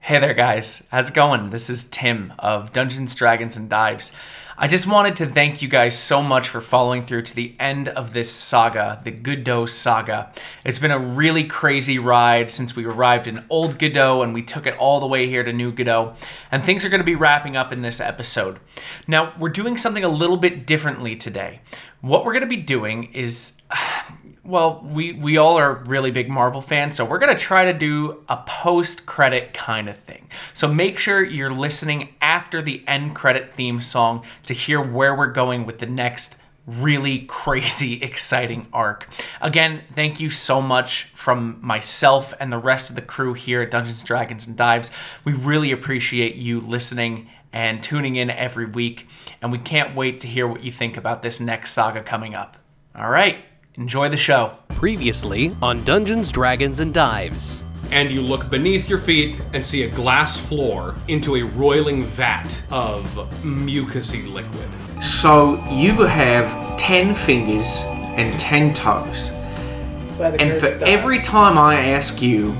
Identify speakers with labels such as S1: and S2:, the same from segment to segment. S1: Hey there, guys. How's it going? This is Tim of Dungeons, Dragons, and Dives. I just wanted to thank you guys so much for following through to the end of this saga, the Goodo saga. It's been a really crazy ride since we arrived in Old Goodo and we took it all the way here to New Goodo, and things are going to be wrapping up in this episode. Now, we're doing something a little bit differently today. What we're going to be doing is well, we we all are really big Marvel fans, so we're gonna try to do a post credit kind of thing. So make sure you're listening after the end credit theme song to hear where we're going with the next really crazy exciting arc. Again, thank you so much from myself and the rest of the crew here at Dungeons Dragons and Dives. We really appreciate you listening and tuning in every week, and we can't wait to hear what you think about this next saga coming up. All right. Enjoy the show.
S2: Previously on Dungeons, Dragons, and Dives.
S3: and you look beneath your feet and see a glass floor into a roiling vat of mucousy liquid.
S4: So you have 10 fingers and 10 toes. And for every time I ask you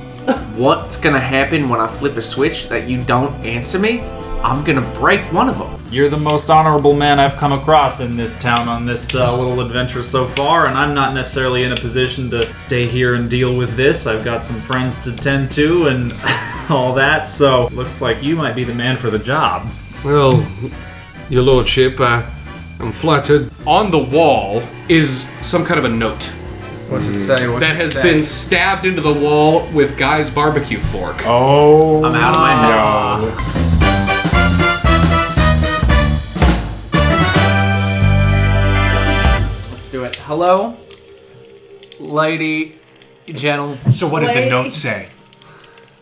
S4: what's going to happen when I flip a switch that you don't answer me, I'm going to break one of them.
S5: You're the most honorable man I've come across in this town on this uh, little adventure so far, and I'm not necessarily in a position to stay here and deal with this. I've got some friends to tend to and all that, so looks like you might be the man for the job.
S6: Well, your lordship, uh, I'm flattered.
S3: On the wall is some kind of a note
S4: What's it say?
S3: that has been stabbed into the wall with Guy's barbecue fork.
S5: Oh,
S4: I'm out of my head.
S1: Let's do it. Hello, lady, gentle.
S7: So what did the note say?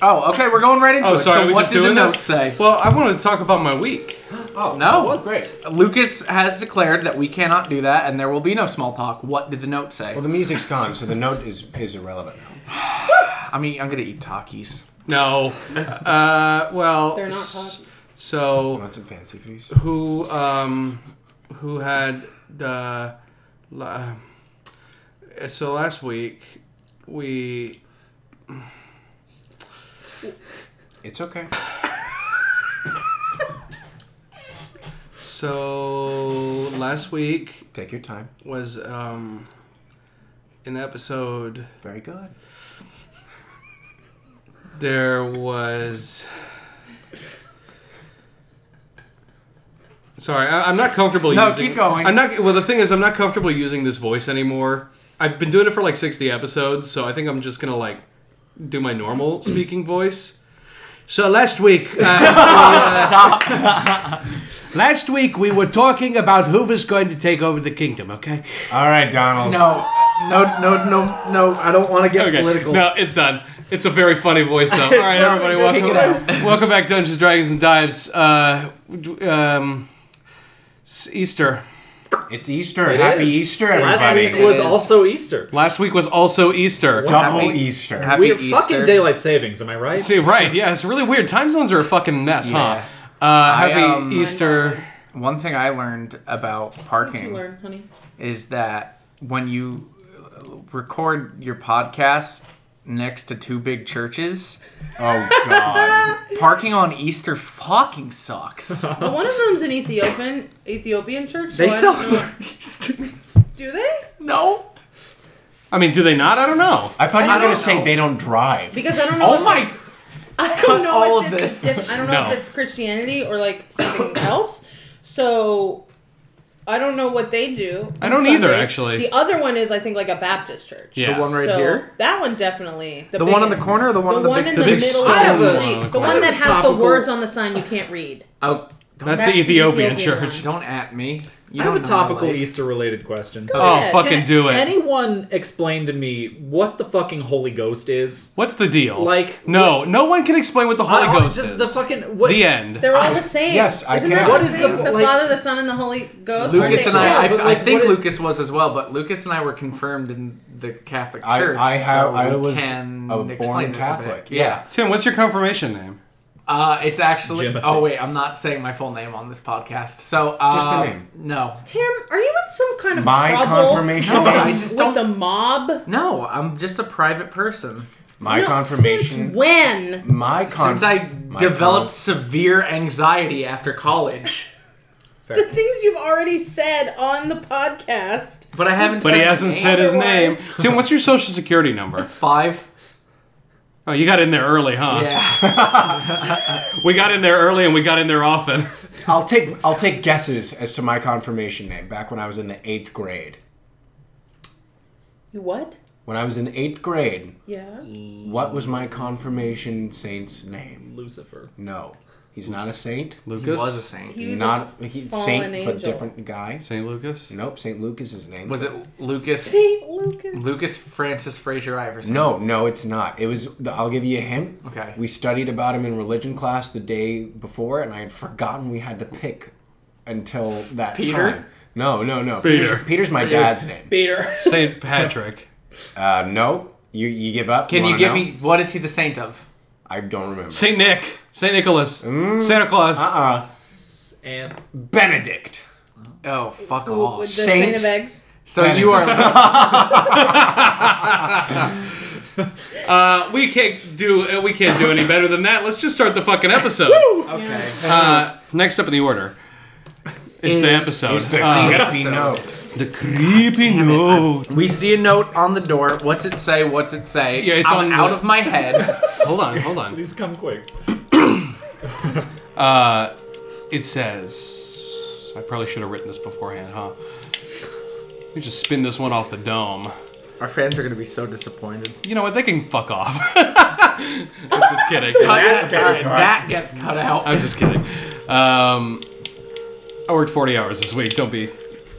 S1: Oh, okay, we're going right into
S3: Oh,
S1: it.
S3: sorry,
S1: so
S3: we
S1: what
S3: just
S1: did
S3: doing
S1: the
S3: this?
S1: note say?
S3: Well, I wanted to talk about my week.
S1: no,
S7: great.
S1: Lucas has declared that we cannot do that, and there will be no small talk. What did the note say?
S7: Well, the music's gone, so the note is is irrelevant.
S1: I mean, I'm gonna eat Takis.
S3: No. Uh, well,
S8: They're not
S3: s-
S8: talkies.
S3: so
S7: Want some fancy fees?
S3: who um, who had the la- so last week we
S7: It's okay.
S3: So last week
S7: Take your time.
S3: was um in the episode
S7: Very good.
S3: there was Sorry, I, I'm not comfortable
S1: No,
S3: using
S1: keep going.
S3: I'm not well the thing is I'm not comfortable using this voice anymore. I've been doing it for like 60 episodes, so I think I'm just going to like do my normal speaking voice. So last week uh,
S6: uh, Last week we were talking about who was going to take over the kingdom, okay?
S7: All right, Donald.
S1: No, no, no, no, no. I don't want to get political.
S3: No, it's done. It's a very funny voice, though. All right, everybody,
S1: Take it
S3: welcome, welcome back, Dungeons, Dragons, and Dives. Uh, d- um, it's Easter.
S7: It's Easter. Happy Easter,
S9: Last
S7: everybody.
S9: week was
S1: It is.
S9: also Easter.
S3: Last week was also Easter.
S7: Double
S1: Happy-
S7: Easter.
S1: Happy
S9: we have
S1: Easter.
S9: fucking daylight savings, am I right?
S3: See, right? Yeah, it's really weird. Time zones are a fucking mess,
S1: Yeah.
S3: huh? Uh, happy
S1: um,
S3: Easter.
S1: One thing I learned about
S8: What you
S1: parking
S8: learn, honey?
S1: is that when you uh, record your podcast next to two big churches,
S7: Oh God.
S1: parking on Easter fucking sucks.
S8: Well, one of them's an Ethiopian Ethiopian church.
S1: They
S8: so I
S1: sell
S8: don't know- Do they?
S1: no.
S3: I mean, do they not? I don't know.
S7: I thought you
S1: I
S7: were
S1: don't
S7: gonna say
S1: know.
S7: they don't drive.
S8: Because I don't know.
S1: Oh
S8: if
S1: my.
S8: it's- I don't know
S1: all
S8: if
S1: of
S8: it's
S1: this.
S8: diff- I don't know
S3: No.
S8: if it's Christianity or like something else. So I don't know what they do.
S3: I
S8: on
S3: don't either,
S8: Sundays.
S3: actually.
S8: The other one is, I think, like a Baptist church.
S3: Yeah.
S1: The one right
S8: So
S1: here?
S8: That one definitely.
S1: The
S8: big
S1: one on the corner or the one
S8: The
S1: on the
S8: one
S1: big,
S8: in
S1: the
S8: the
S1: big
S8: middle
S1: stone?
S8: of the
S3: stone
S8: street.
S3: one on the
S8: the
S3: corner.
S8: one that
S9: I
S8: has
S9: have a
S8: the
S9: topical-
S8: words on the sign you can't read.
S1: Oh, don't,
S3: That's,
S8: That's
S3: the
S8: the
S3: Ethiopian,
S8: Ethiopian
S3: church.
S1: don't at me. You
S9: I have
S1: don't
S9: a
S1: know my
S9: topical
S1: life.
S9: Easter related question.
S3: Oh,
S8: Yeah,
S3: fucking
S8: can-
S3: do it!
S9: Anyone explain to me what the fucking Holy Ghost is?
S3: What's the deal?
S9: Like,
S3: no, no one can explain what the Holy
S9: I- I-
S3: Ghost
S9: just
S3: is.
S9: the fucking what
S3: The end.
S8: They're all the same.
S7: Yes, I
S8: Isn't
S7: can.
S8: That
S7: What
S8: the
S7: is
S8: thing?
S9: the-
S8: the
S9: like-
S8: Father, the Son, and the Holy Ghost?
S1: Lucas and I,
S9: Yeah, but
S1: I, I
S9: like,
S1: think
S9: what it-
S1: Lucas was as well, but Lucas and I were confirmed in the Catholic
S7: I-
S1: Church.
S7: I have-
S1: so
S7: I
S1: we
S7: was
S1: can
S7: a born
S1: explain this a bit.
S7: Catholic,
S1: Yeah.
S3: Tim, what's your confirmation name?
S1: Uh, it's actually.
S9: Jimothy.
S1: Oh wait, I'm not saying my full name on this podcast. So uh,
S7: Just the name.
S1: No,
S8: Tim, are you in some kind of
S7: My
S8: trouble
S7: confirmation
S1: No,
S7: name.
S1: I just
S8: with
S1: don't-
S8: the mob?
S1: no, I'm just a private person.
S7: My
S8: No, Since
S7: confirmation.
S8: when?
S7: My con-
S4: Since I
S7: my
S4: developed severe anxiety after college,
S8: The things you've already said on the podcast.
S4: but I haven't.
S3: But
S4: said
S3: he
S4: my
S3: hasn't
S4: name.
S3: said his name.
S8: Otherwise-
S3: Tim, what's your social security number?
S4: five.
S3: Oh, you got in there early, huh?
S4: Yeah,
S3: We got in there early and we got in there often.
S7: con- I'll take I'll take guesses as to my confirmation name back when I was in the eighth grade.
S8: You what?
S7: When I was in eighth grade,
S8: Yeah.
S7: what was my confirmation saint's name?
S5: Lucifer.
S7: No, he's not a saint.
S3: Lucas?
S4: was a saint.
S8: He was
S7: not
S8: a
S7: he,
S8: fallen
S7: saint,
S8: angel.
S7: but different guy.
S3: St. Lucas?
S7: Nope, Saint Luke is his name.
S4: Was it Lucas?
S8: Saint Lucas.
S4: Lucas Francis Fraser Iverson.
S7: No, no, it's not. It was. I'll give you a hint.
S4: Okay.
S7: We studied about him in religion class the day before, and I had forgotten we had to pick until that
S4: Peter?
S7: time. No, no, no.
S3: Peter.
S7: Peter's, Peter's my dad's name.
S9: Peter.
S3: St. Patrick.
S7: Uh, no, you you give up.
S4: Can you
S7: wanna
S4: give
S7: know?
S4: me what is he the saint of?
S7: I don't remember.
S3: St. Nick. St. Nicholas. Santa Claus.
S7: Uh,
S9: And
S7: Benedict.
S4: Oh fuck
S8: With the
S4: off!
S8: Saint,
S7: Saint.
S8: of Eggs.
S4: So you are
S3: Uh, we can't do uh, we can't do any better than that. Let's just start the fucking episode.
S4: okay.
S3: Uh, next up in the order. It's the episode.
S7: Is the
S3: Uh,
S7: creepy note.
S3: the creepy note.
S4: We see a note on the door. What's it say? What's it say?
S3: Yeah, it's
S4: I'm
S3: on
S4: out
S3: the-
S4: of my head.
S3: Hold on, hold on.
S9: please come quick.
S3: It says I probably should have written this beforehand, huh? Let me just spin this one off the dome.
S4: Our fans are gonna be so disappointed.
S3: You know what? They can fuck off. I'm just kidding.
S4: That gets cut out.
S3: I'm just kidding. Um, I worked 40 hours this week. Don't be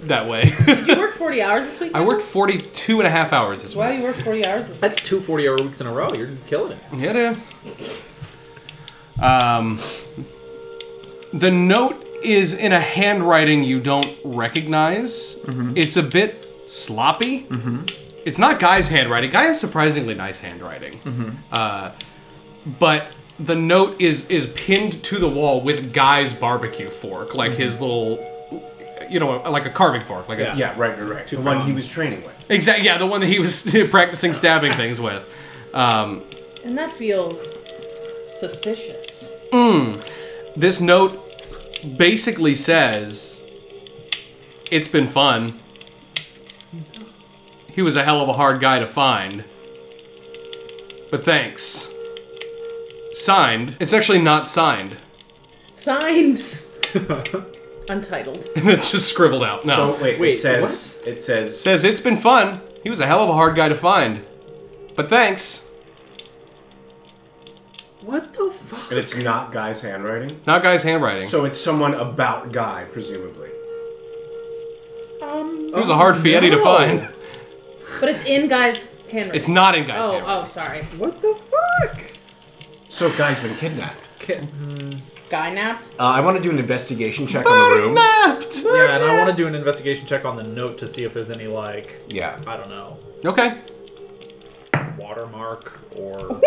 S3: that way.
S8: Did you work 40 hours this week?
S3: I worked 42 and a half hours this
S8: Wow,
S3: week.
S8: you worked 40 hours this week.
S9: That's two 40 hour weeks in a row. You're killing it.
S3: Yeah, dude. Um, the note is in a handwriting you don't recognize. It's a bit sloppy. It's not Guy's handwriting. Guy has surprisingly nice handwriting. Uh, but the note is is pinned to the wall with Guy's barbecue fork, like his little, you know, like a carving fork, like a,
S7: Yeah, right, right, right. The one he was training with.
S3: Exactly. Yeah, the one that he was practicing stabbing things with. Um,
S8: And that feels suspicious.
S3: this note basically says, "It's been fun. He was a hell of a hard guy to find, but thanks." Signed. It's actually not signed.
S8: Signed. Untitled.
S3: it's just scribbled out. No.
S7: So wait,
S9: Wait,
S7: it says it says
S3: says it's been fun. He was a hell of a hard guy to find, but thanks.
S9: What the fuck?
S7: and it's not Guy's handwriting.
S3: Not guy's handwriting.
S7: So it's someone about Guy, presumably.
S8: Um,
S3: it was a hard fieri to
S9: no.
S3: find.
S8: but it's in guys' handwriting.
S3: It's not in guy's
S8: Oh,
S3: handwriting.
S8: oh, sorry.
S9: What the fuck?
S7: So Guy's been kidnapped.
S8: Guy napped.
S7: Uh, I want to do an investigation check on the room.
S9: Yeah, and I want to do an investigation check on the note to see if there's any, like,
S7: Yeah.
S9: I don't know,
S3: Okay.
S9: watermark or.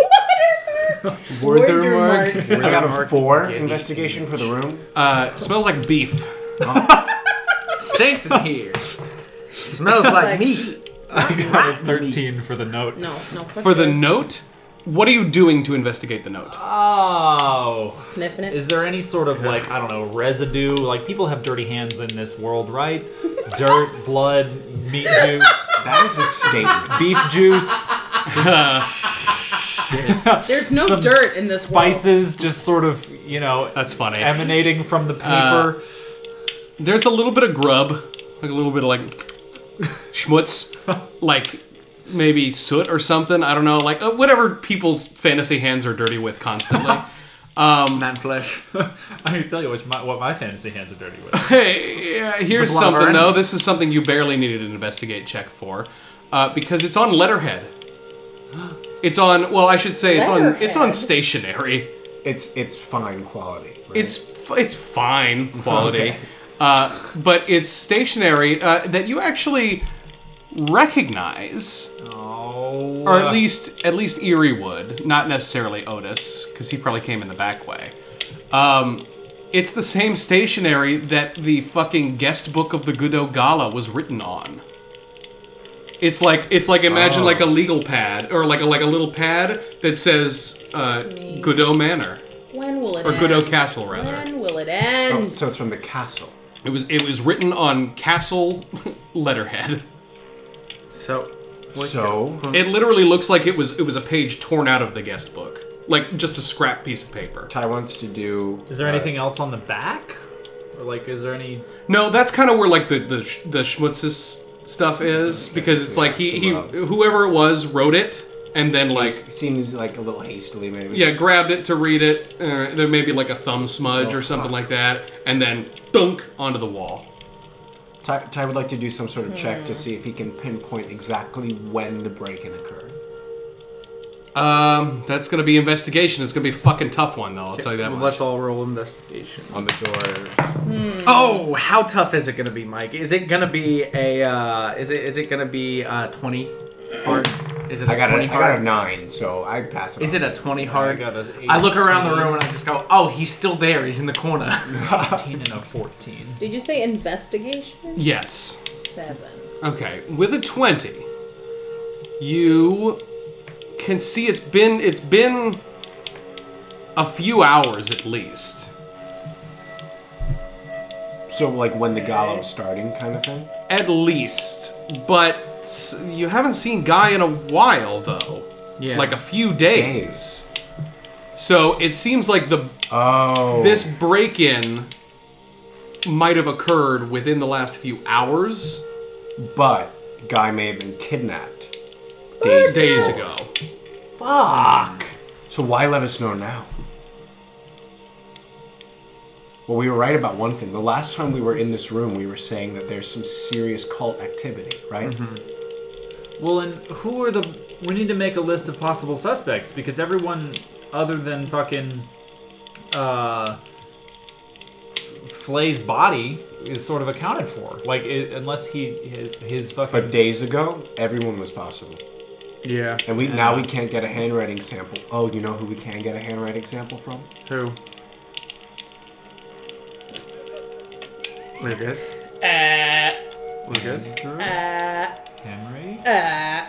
S7: I got a four investigation for the room.
S3: Uh, smells like beef.
S4: Stinks in here. Smells like
S8: Like-
S4: meat.
S8: Not-
S9: 13 for the note.
S8: No, no. fuck
S3: For the
S8: yours.
S3: note, what are you doing to investigate the note?
S9: Oh.
S8: Sniffing it.
S9: Is there any sort of like I don't know residue? Like people have dirty hands in this world, right? Dirt, blood, meat juice,
S7: That is a statement.
S9: beef juice,
S8: There's no
S9: some
S8: dirt in this world.
S9: spices, just sort of you know.
S3: That's funny.
S9: Emanating from the paper.
S3: There's a little bit of grub, like a little bit of like schmutz, like maybe soot or something. I don't know, like uh, whatever people's fantasy hands are dirty with constantly.
S4: Man flesh.
S9: I can tell you which my, what my fantasy hands are dirty with.
S3: hey, yeah,
S4: With
S3: here's
S4: love
S3: something though.
S4: earned.
S3: This is something you barely needed an investigate check for, uh, because it's on letterhead. It's on. Well, I should say it's on. It's on
S8: Letterhead?
S3: stationery.
S7: It's it's fine quality. right?
S3: It's f- it's fine quality, uh, but it's stationary uh, that you actually recognize,
S9: Oh.
S3: or at least at least Erie would, not necessarily Otis, because he probably came in the back way. Um, it's the same stationery that the fucking guest book of the Gudo Gala was written on. It's like it's like imagine like a legal pad or like a like a little pad that says uh, Godot Manor
S8: When will it
S3: or
S8: end?
S3: Godot Castle rather.
S8: When will it
S7: Oh,
S8: end?
S7: so it's from the castle.
S3: It was it was written on castle letterhead.
S1: So,
S7: So
S3: It literally looks like it was it was a page torn out of the guest book, like just a scrap piece of paper.
S7: Ty wants to do.
S9: Is there anything else on the back? Or like, is there any?
S3: No, that's kind of where like the the sh- the schmutzes stuff is because it's like he he whoever it was wrote it and then like
S7: Seems like a little hastily, maybe.
S3: yeah grabbed it to read it. Uh, there may be like a thumb smudge or something like that, and then dunk onto the wall.
S7: Ty, Ty would like to do some sort of check to see if he can pinpoint exactly when the break-in occurred.
S3: Um, that's gonna be investigation. It's gonna be a fucking tough one though. I'll tell you that
S1: well,
S3: much.
S1: let's all roll investigation.
S7: On the door.
S1: Oh, how tough is it gonna be, Mike? Is it gonna be a? Uh, is it is it gonna be uh, twenty hard? Is it a
S7: I got a,
S1: twenty
S7: I
S1: hard?
S7: got a nine, so I pass it.
S1: Is
S7: on.
S1: it a twenty hard?
S9: got a
S1: I look around the
S9: 18.
S1: room and I just go, oh, he's still there. He's in the corner.
S9: 18 and a 14.
S8: Did you say investigation?
S3: Yes.
S8: Seven.
S3: Okay, with a twenty, you can see it's been it's been a few hours at least.
S7: so like when the gala was starting, kind of thing?
S3: At least. But s- you haven't seen Guy in a while, though.
S1: Yeah.
S3: Like a few days. So it seems like the
S7: Oh,
S3: this break in might have occurred within the last few hours,
S7: but guy may have been kidnapped.
S3: days ago.
S7: Fuck. So why let us know now? Well, we were right about one thing. The last time we were in this room, we were saying that there's some serious cult activity, right?
S9: Well, and who are the? We need to make a list of possible suspects because everyone other than fucking uh, Flay's body is sort of accounted for. Like, i unless he his, his fucking
S7: But days ago, everyone was possible.
S1: yeah.
S7: And we now we can't get a handwriting sample. Oh, you know who we can get a handwriting sample from?
S1: Who? Lucas. Lucas.
S8: Uh,
S9: Henry.
S1: Uh,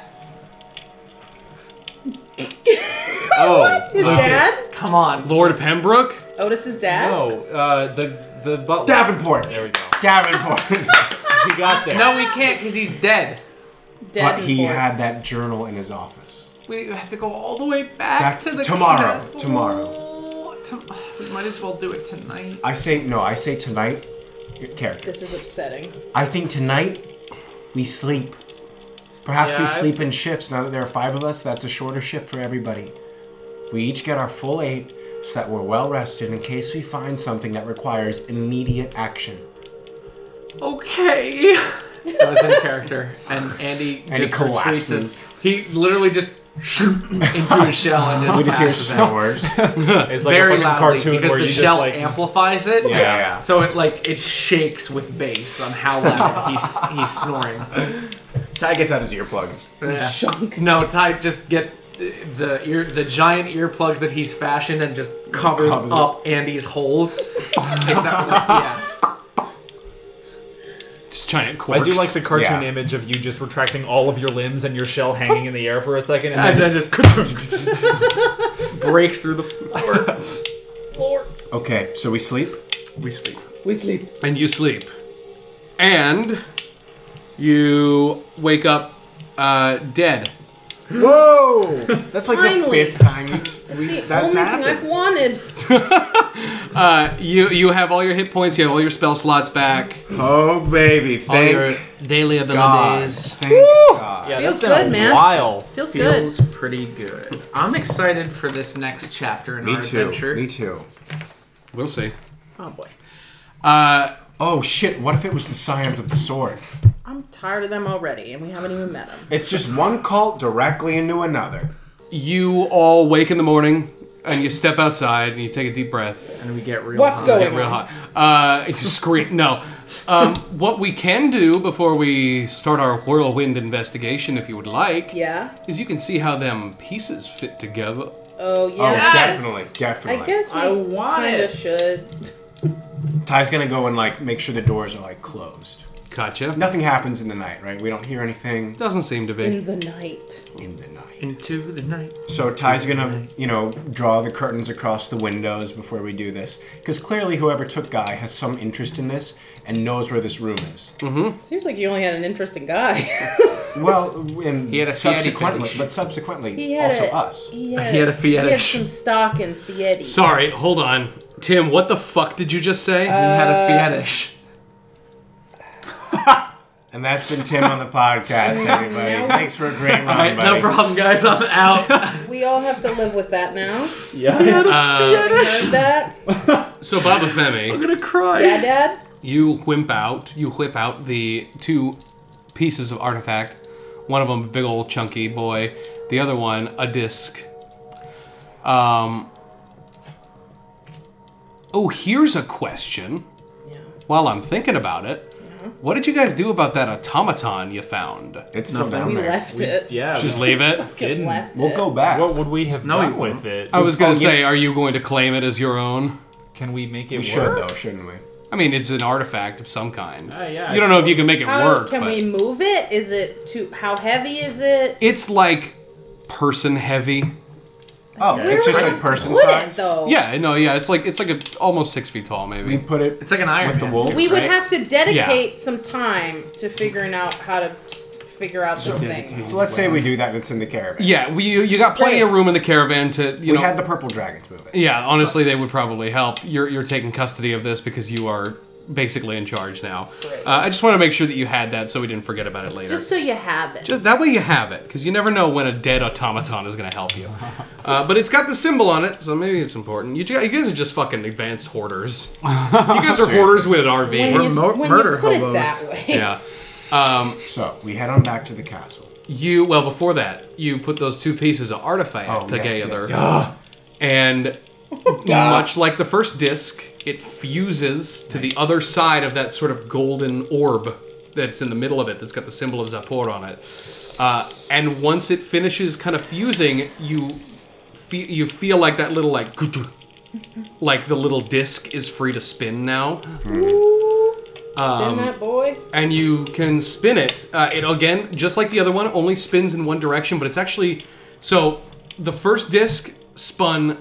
S8: Oh, his dad?
S1: Come on.
S3: Lord Pembroke?
S8: Otis's dad?
S9: No, uh, the the butler.
S7: Davenport.
S9: There we go.
S7: Davenport.
S9: He got there.
S1: No, we can't because he's dead.
S8: Dad
S7: but he had that journal in his office.
S1: We have to go all the way back,
S7: Back
S1: to the
S7: tomorrow.
S1: castle.
S7: Tomorrow.
S1: Tom- we might as well do it tonight.
S7: I say no. I say tonight. Character.
S8: This is upsetting.
S7: I think tonight we sleep. Perhaps
S1: Yeah,
S7: we
S1: I-
S7: sleep in shifts. Now that there are five of us, that's a shorter shift for everybody. We each get our full eight, so that we're well rested in case we find something that requires immediate action.
S1: Okay. That was in character, and Andy
S7: And he
S1: just retreats.
S7: collapses.
S1: his- He literally just shoot into his shell and just
S7: We just hear
S1: passes out.
S7: snores.
S9: It's like
S1: very
S9: a fucking
S1: loudly
S9: cartoon
S1: because
S9: where
S1: the
S9: you
S1: shell
S9: just like
S1: amplifies it.
S7: Yeah, yeah.
S1: So it like it shakes with bass on how loud he's he's snoring.
S7: Ty gets out his earplugs.
S1: Yeah. No, Ty just gets the ear the giant earplugs that he's fashioned and just covers
S7: Covers it.
S1: up Andy's holes. Except, like, yeah.
S3: Just giant
S9: I
S3: corpse.
S9: do like the cartoon
S7: Yeah.
S9: image of you just retracting all of your limbs and your shell hanging in the air for a second, and then
S1: And
S9: just
S1: then just breaks through the floor.
S7: Okay, so we sleep.
S1: We sleep.
S6: We sleep.
S3: and you sleep. And you wake up uh, dead.
S7: Whoa! That's like
S8: Finally.
S7: the fifth time you.
S8: It's
S7: We,
S8: the
S7: that's
S8: only thing I've
S7: happened.
S8: wanted.
S3: You you have all your hit points. You have all your spell slots back.
S7: Oh baby,
S3: All
S7: thank
S3: your daily
S7: God.
S3: abilities.
S7: Thank God.
S9: yeah,
S8: Feels
S9: that's been
S8: good,
S9: a
S8: man.
S9: while.
S8: Feels good.
S1: Feels pretty good. I'm excited for this next chapter in
S7: Me
S1: our
S7: too.
S1: adventure.
S7: Me too.
S3: We'll see.
S1: Oh boy.
S3: Uh,
S7: Oh shit! What if it was the Scions of the Sword?
S8: I'm tired of them already, and we haven't even met them.
S7: It's just one cult directly into another.
S3: You all wake in the morning and you step outside and you take a deep breath.
S1: And we get real
S8: What's
S1: hot.
S8: going
S3: Real
S8: on?
S3: hot. Uh, you scream. No. Um, what we can do before we start our whirlwind investigation, if you would like,
S8: Yeah.
S3: is you can see how them pieces fit together.
S8: Oh yeah.
S7: Oh,
S1: Yes!
S7: definitely, definitely.
S8: I guess we
S1: I want
S8: kinda
S1: it.
S8: should.
S7: Ty's gonna go and like make sure the doors are like closed.
S3: Gotcha.
S7: Nothing happens in the night, right? We don't hear anything
S3: Doesn't seem to be.
S8: in the night.
S7: in the night.
S4: Into the night.
S7: So Ty's gonna, you know, draw the curtains across the windows before we do this, because clearly whoever took Guy has some interest in this and knows where this room is.
S8: Seems like you only had an interesting guy.
S7: Well, and
S4: He had a Fieri
S7: subsequently,
S4: fetish.
S7: but subsequently
S8: He had
S7: also
S8: a-
S7: us.
S8: He had,
S4: He had a
S8: He had
S4: fetish.
S8: some stock in Fiat.
S3: Sorry, hold on. Tim, what the fuck did you just say?
S4: He had
S9: Uh,
S4: a fetish.
S7: And that's been Tim on the podcast, everybody. Thanks for a great run,
S4: Alright,
S7: buddy.
S4: no problem, guys. I'm out.
S8: We all have to live with that now.
S3: Uh,
S8: Heard that?
S3: so Baba Femi,
S4: I'm gonna cry.
S8: Yeah, Dad.
S3: you whimp out. You whip out the two pieces of artifact. One of them, a big old chunky boy. The other one, a disc. Um. Oh, here's a question. While I'm thinking about it,
S4: Mm-hmm.
S3: what did you guys do about that automaton you found?
S7: It's still down
S8: We
S7: there.
S8: left it.
S9: Yeah.
S3: Just leave it.
S8: Fucking left
S7: We'll
S8: it.
S7: go back.
S9: What would we have
S5: No,
S9: done
S5: you
S9: with it?
S3: I was
S4: Oh,
S3: gonna say, are you going to claim it as your own?
S9: Can we make
S7: we
S9: it
S7: should
S9: work?
S7: though, shouldn't we?
S3: I mean, it's an artifact of some kind.
S9: Uh, yeah,
S3: you don't know if you can make it
S8: How
S3: work.
S8: can
S3: but
S8: we move it? Is it too? How heavy is it?
S3: It's like person heavy.
S7: Oh, it's
S8: Where
S7: just
S8: would
S7: like
S8: I
S7: person
S8: put
S7: size.
S8: It, though.
S3: Yeah, no, yeah. It's like it's like a, almost six feet tall,
S7: We
S3: maybe.
S7: put it.
S4: It's like an Iron
S7: With the
S4: Man
S7: wolf?
S4: suit,
S8: We would
S4: right?
S8: have to dedicate some time to figuring out how to figure out this thing.
S7: So let's say we do that. and It's in the caravan.
S3: Yeah, we you, you got plenty of room in the caravan to you
S7: we
S3: know.
S7: had the purple dragons move it.
S3: yeah, honestly, they would probably help. You're you're taking custody of this because you are basically in charge now. Uh, I just want to make sure that you had that so we didn't forget about it later.
S8: Just so you have it.
S3: Ju- that way you have it because you never know when a dead automaton is going to help you. Uh, but it's got the symbol on it, so maybe it's important. You, ju- you guys are just fucking advanced hoarders. You guys are hoarders with an RV.
S8: when you,
S4: mur-
S8: when
S4: murder
S8: you put
S4: hobos.
S8: it that way.
S3: yeah.
S7: So we head on back to the castle.
S3: You well before that, you put those two pieces of artifact
S7: Oh, yes,
S3: together,
S7: yes,
S3: and much like the first disc, it fuses to the other side of that sort of golden orb that's in the middle of it. That's got the symbol of Zapor on it. Uh, and once it finishes kind of fusing, you feel you feel like that little like like the little disc is free to spin now.
S8: Isn't that boy?
S3: and you can spin it. Uh, it again, just like the other one, only spins in one direction, but it's actually so the first disc spun.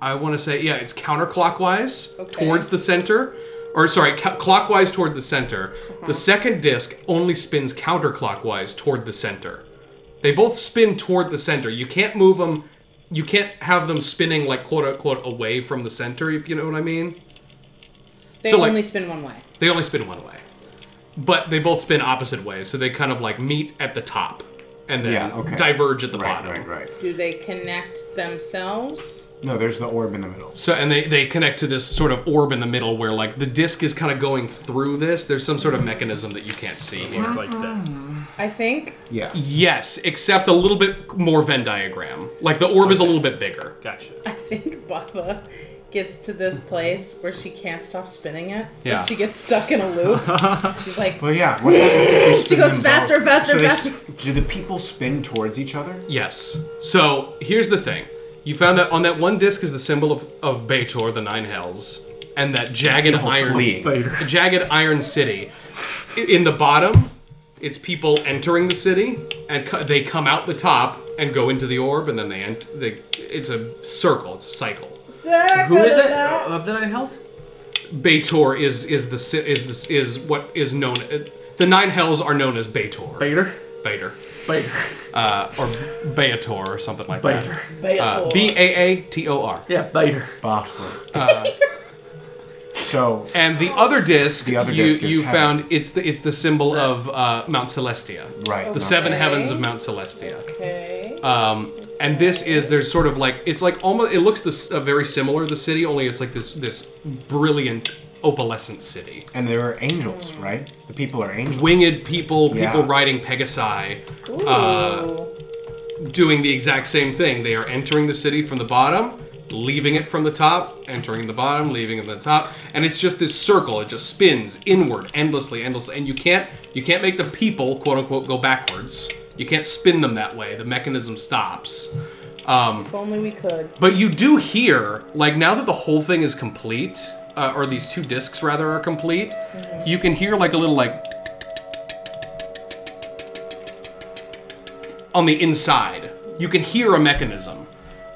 S3: I want to say, yeah, it's counterclockwise
S8: Okay.
S3: towards the center, or sorry, ca- clockwise toward the center. The second disc only spins counterclockwise toward the center. They both spin toward the center. You can't move them. You can't have them spinning like quote unquote away from the center. If you know what I mean.
S8: They
S3: So, like-
S8: only spin one way.
S3: They only spin one way, but they both spin opposite ways, so they kind of like meet at the top and then
S7: Yeah, okay.
S3: diverge at the
S7: Right,
S3: bottom.
S7: right, right.
S8: Do they connect themselves?
S7: No, there's the orb in the middle.
S3: So and they they connect to this sort of orb in the middle where like the disc is kind of going through this. There's some sort of mechanism that you can't see here.
S9: Like this.
S8: I think.
S7: Yeah.
S3: Yes, except a little bit more Venn diagram. Like the orb is a little bit bigger.
S9: Gotcha.
S8: I think Baba gets to this place where she can't stop spinning it.
S3: Yeah.
S8: Like she gets stuck in a loop. She's like,
S7: But yeah, what happens if you spin
S8: goes
S7: them
S8: faster,
S7: both?
S8: faster,
S7: So they s-
S8: faster.
S7: Do the people spin towards each other?
S3: Yes. So here's the thing. You found that on that one disc is the symbol of, of Beator, the Nine Hells, and that jagged iron
S7: fleeing.
S3: the jagged iron city. I- In the bottom, it's people entering the city, and co- they come out the top and go into the orb, and then they ent- they it's a circle, it's a cycle.
S9: Who is it? Of the Nine Hells?
S3: Beator is is the si- is this is what is known. uh, The Nine Hells are known as Beator.
S4: Bader.
S3: Bader.
S4: Bader.
S3: Uh, or Beator or something like
S4: Bader.
S3: that. Uh, B A A T O R.
S4: Yeah, Bader.
S7: Botwell. so
S3: And the other disc,
S7: The other
S3: you,
S7: disc is
S3: you
S7: heaven.
S3: found it's the it's the symbol of uh, Mount Celestia,
S7: Right,
S3: The
S7: Mount
S3: seven
S8: Celestia.
S3: heavens of Mount Celestia.
S8: Okay.
S3: And this is there's sort of like it's like almost it looks this uh, very similar the city only it's like this this brilliant opalescent city.
S7: and there are angels, right? The people are angels.
S3: Winged people, people
S7: Yeah.
S3: riding Pegasi,
S8: Ooh.
S3: doing the exact same thing. They are entering the city from the bottom, leaving it from the top, entering the bottom, leaving it from the top, and it's just this circle. It just spins inward, endlessly, endlessly, and you can't you can't make the people quote unquote go backwards. You can't spin them that way. The mechanism stops.
S8: if only we could.
S3: But you do hear, like, now that the whole thing is complete, uh, or these two discs rather, are complete, you can hear like a little like on the inside. You can hear a mechanism,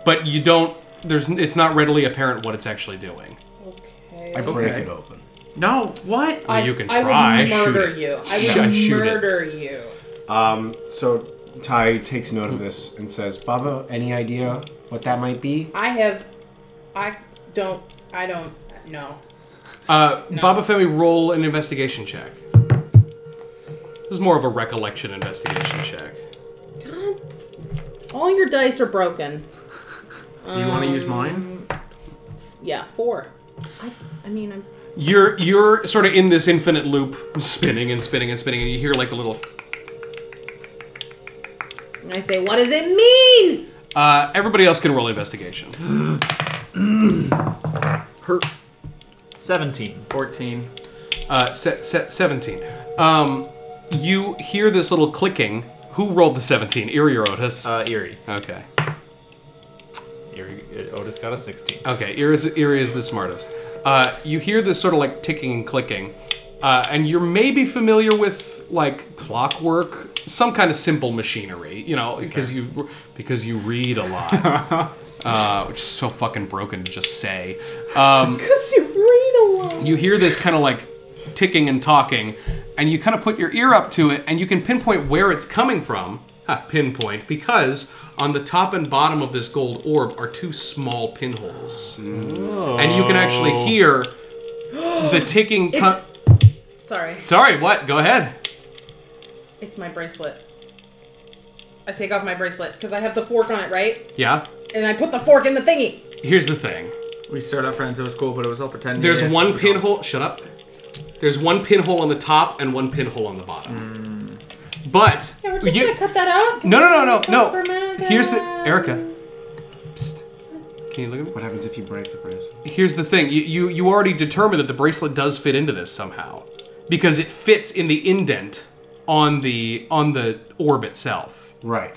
S3: but you don't. There's it's not readily apparent what it's actually doing.
S8: Okay.
S7: I break it open.
S4: No, what?
S3: I
S8: I,
S3: mean, you
S8: s-
S3: can
S8: I
S3: try.
S8: would
S3: Shoot
S8: murder
S3: it.
S8: you.
S3: Shoot
S8: I
S3: it. Shoot
S8: would
S3: it.
S8: murder you.
S7: So Ty takes note of this and says, "Baba, any idea what that might be?"
S8: I have. I don't. I don't know.
S3: Uh, Baba Femi, roll an investigation check. This is more of a recollection investigation check.
S8: All your dice are broken. Um,
S4: you want to use mine?
S8: Yeah, four. I, I mean, I'm.
S3: You're you're sort of in this infinite loop, spinning and spinning and spinning, and you hear like a little.
S8: and I say, what does it mean?
S3: Uh, everybody else can roll investigation.
S9: 17.
S1: 14.
S3: Uh, se- se- seventeen. Um, you hear this little clicking. Who rolled the seventeen? Eerie or Otis?
S9: Uh, Erie.
S3: okay.
S9: Erie. uh, Otis got a 16.
S3: Okay, Eerie is, Eerie is the smartest. Uh, you hear this sort of like ticking and clicking, uh, and you're maybe familiar with like clockwork, some kind of simple machinery, you know, because you because you read a lot, uh, which is so fucking broken to just say. Um,
S8: Because you read a lot.
S3: you hear this kind of like ticking and talking, and you kind of put your ear up to it, and you can pinpoint where it's coming from. Ha, pinpoint, because on the top and bottom of this gold orb are two small pinholes, and you can actually hear the ticking. Co-
S8: Sorry,
S3: Sorry, what? Go ahead.
S8: it's my bracelet. I take off my bracelet because I have the fork on it, right?
S3: Yeah.
S8: And I put the fork in the thingy.
S3: Here's the thing.
S4: We started out friends. It was cool, but it was all pretending.
S3: There's
S4: Yes,
S3: one
S4: we
S3: pinhole. Shut up. There's one pinhole on the top and one pinhole on the bottom.
S7: Hmm.
S3: But
S8: Yeah, we're just
S3: you-
S8: gonna cut that out. 'cause
S3: No, no, no,
S8: I really thought for
S3: no,
S8: a minute
S3: no.
S8: that,
S3: Here's the
S8: um,
S3: Erica. Psst. Can you look at me?
S7: What happens if you break the bracelet?
S3: Here's the thing. You, you you already determined that the bracelet does fit into this somehow, because it fits in the indent on the on the orb itself.
S7: Right.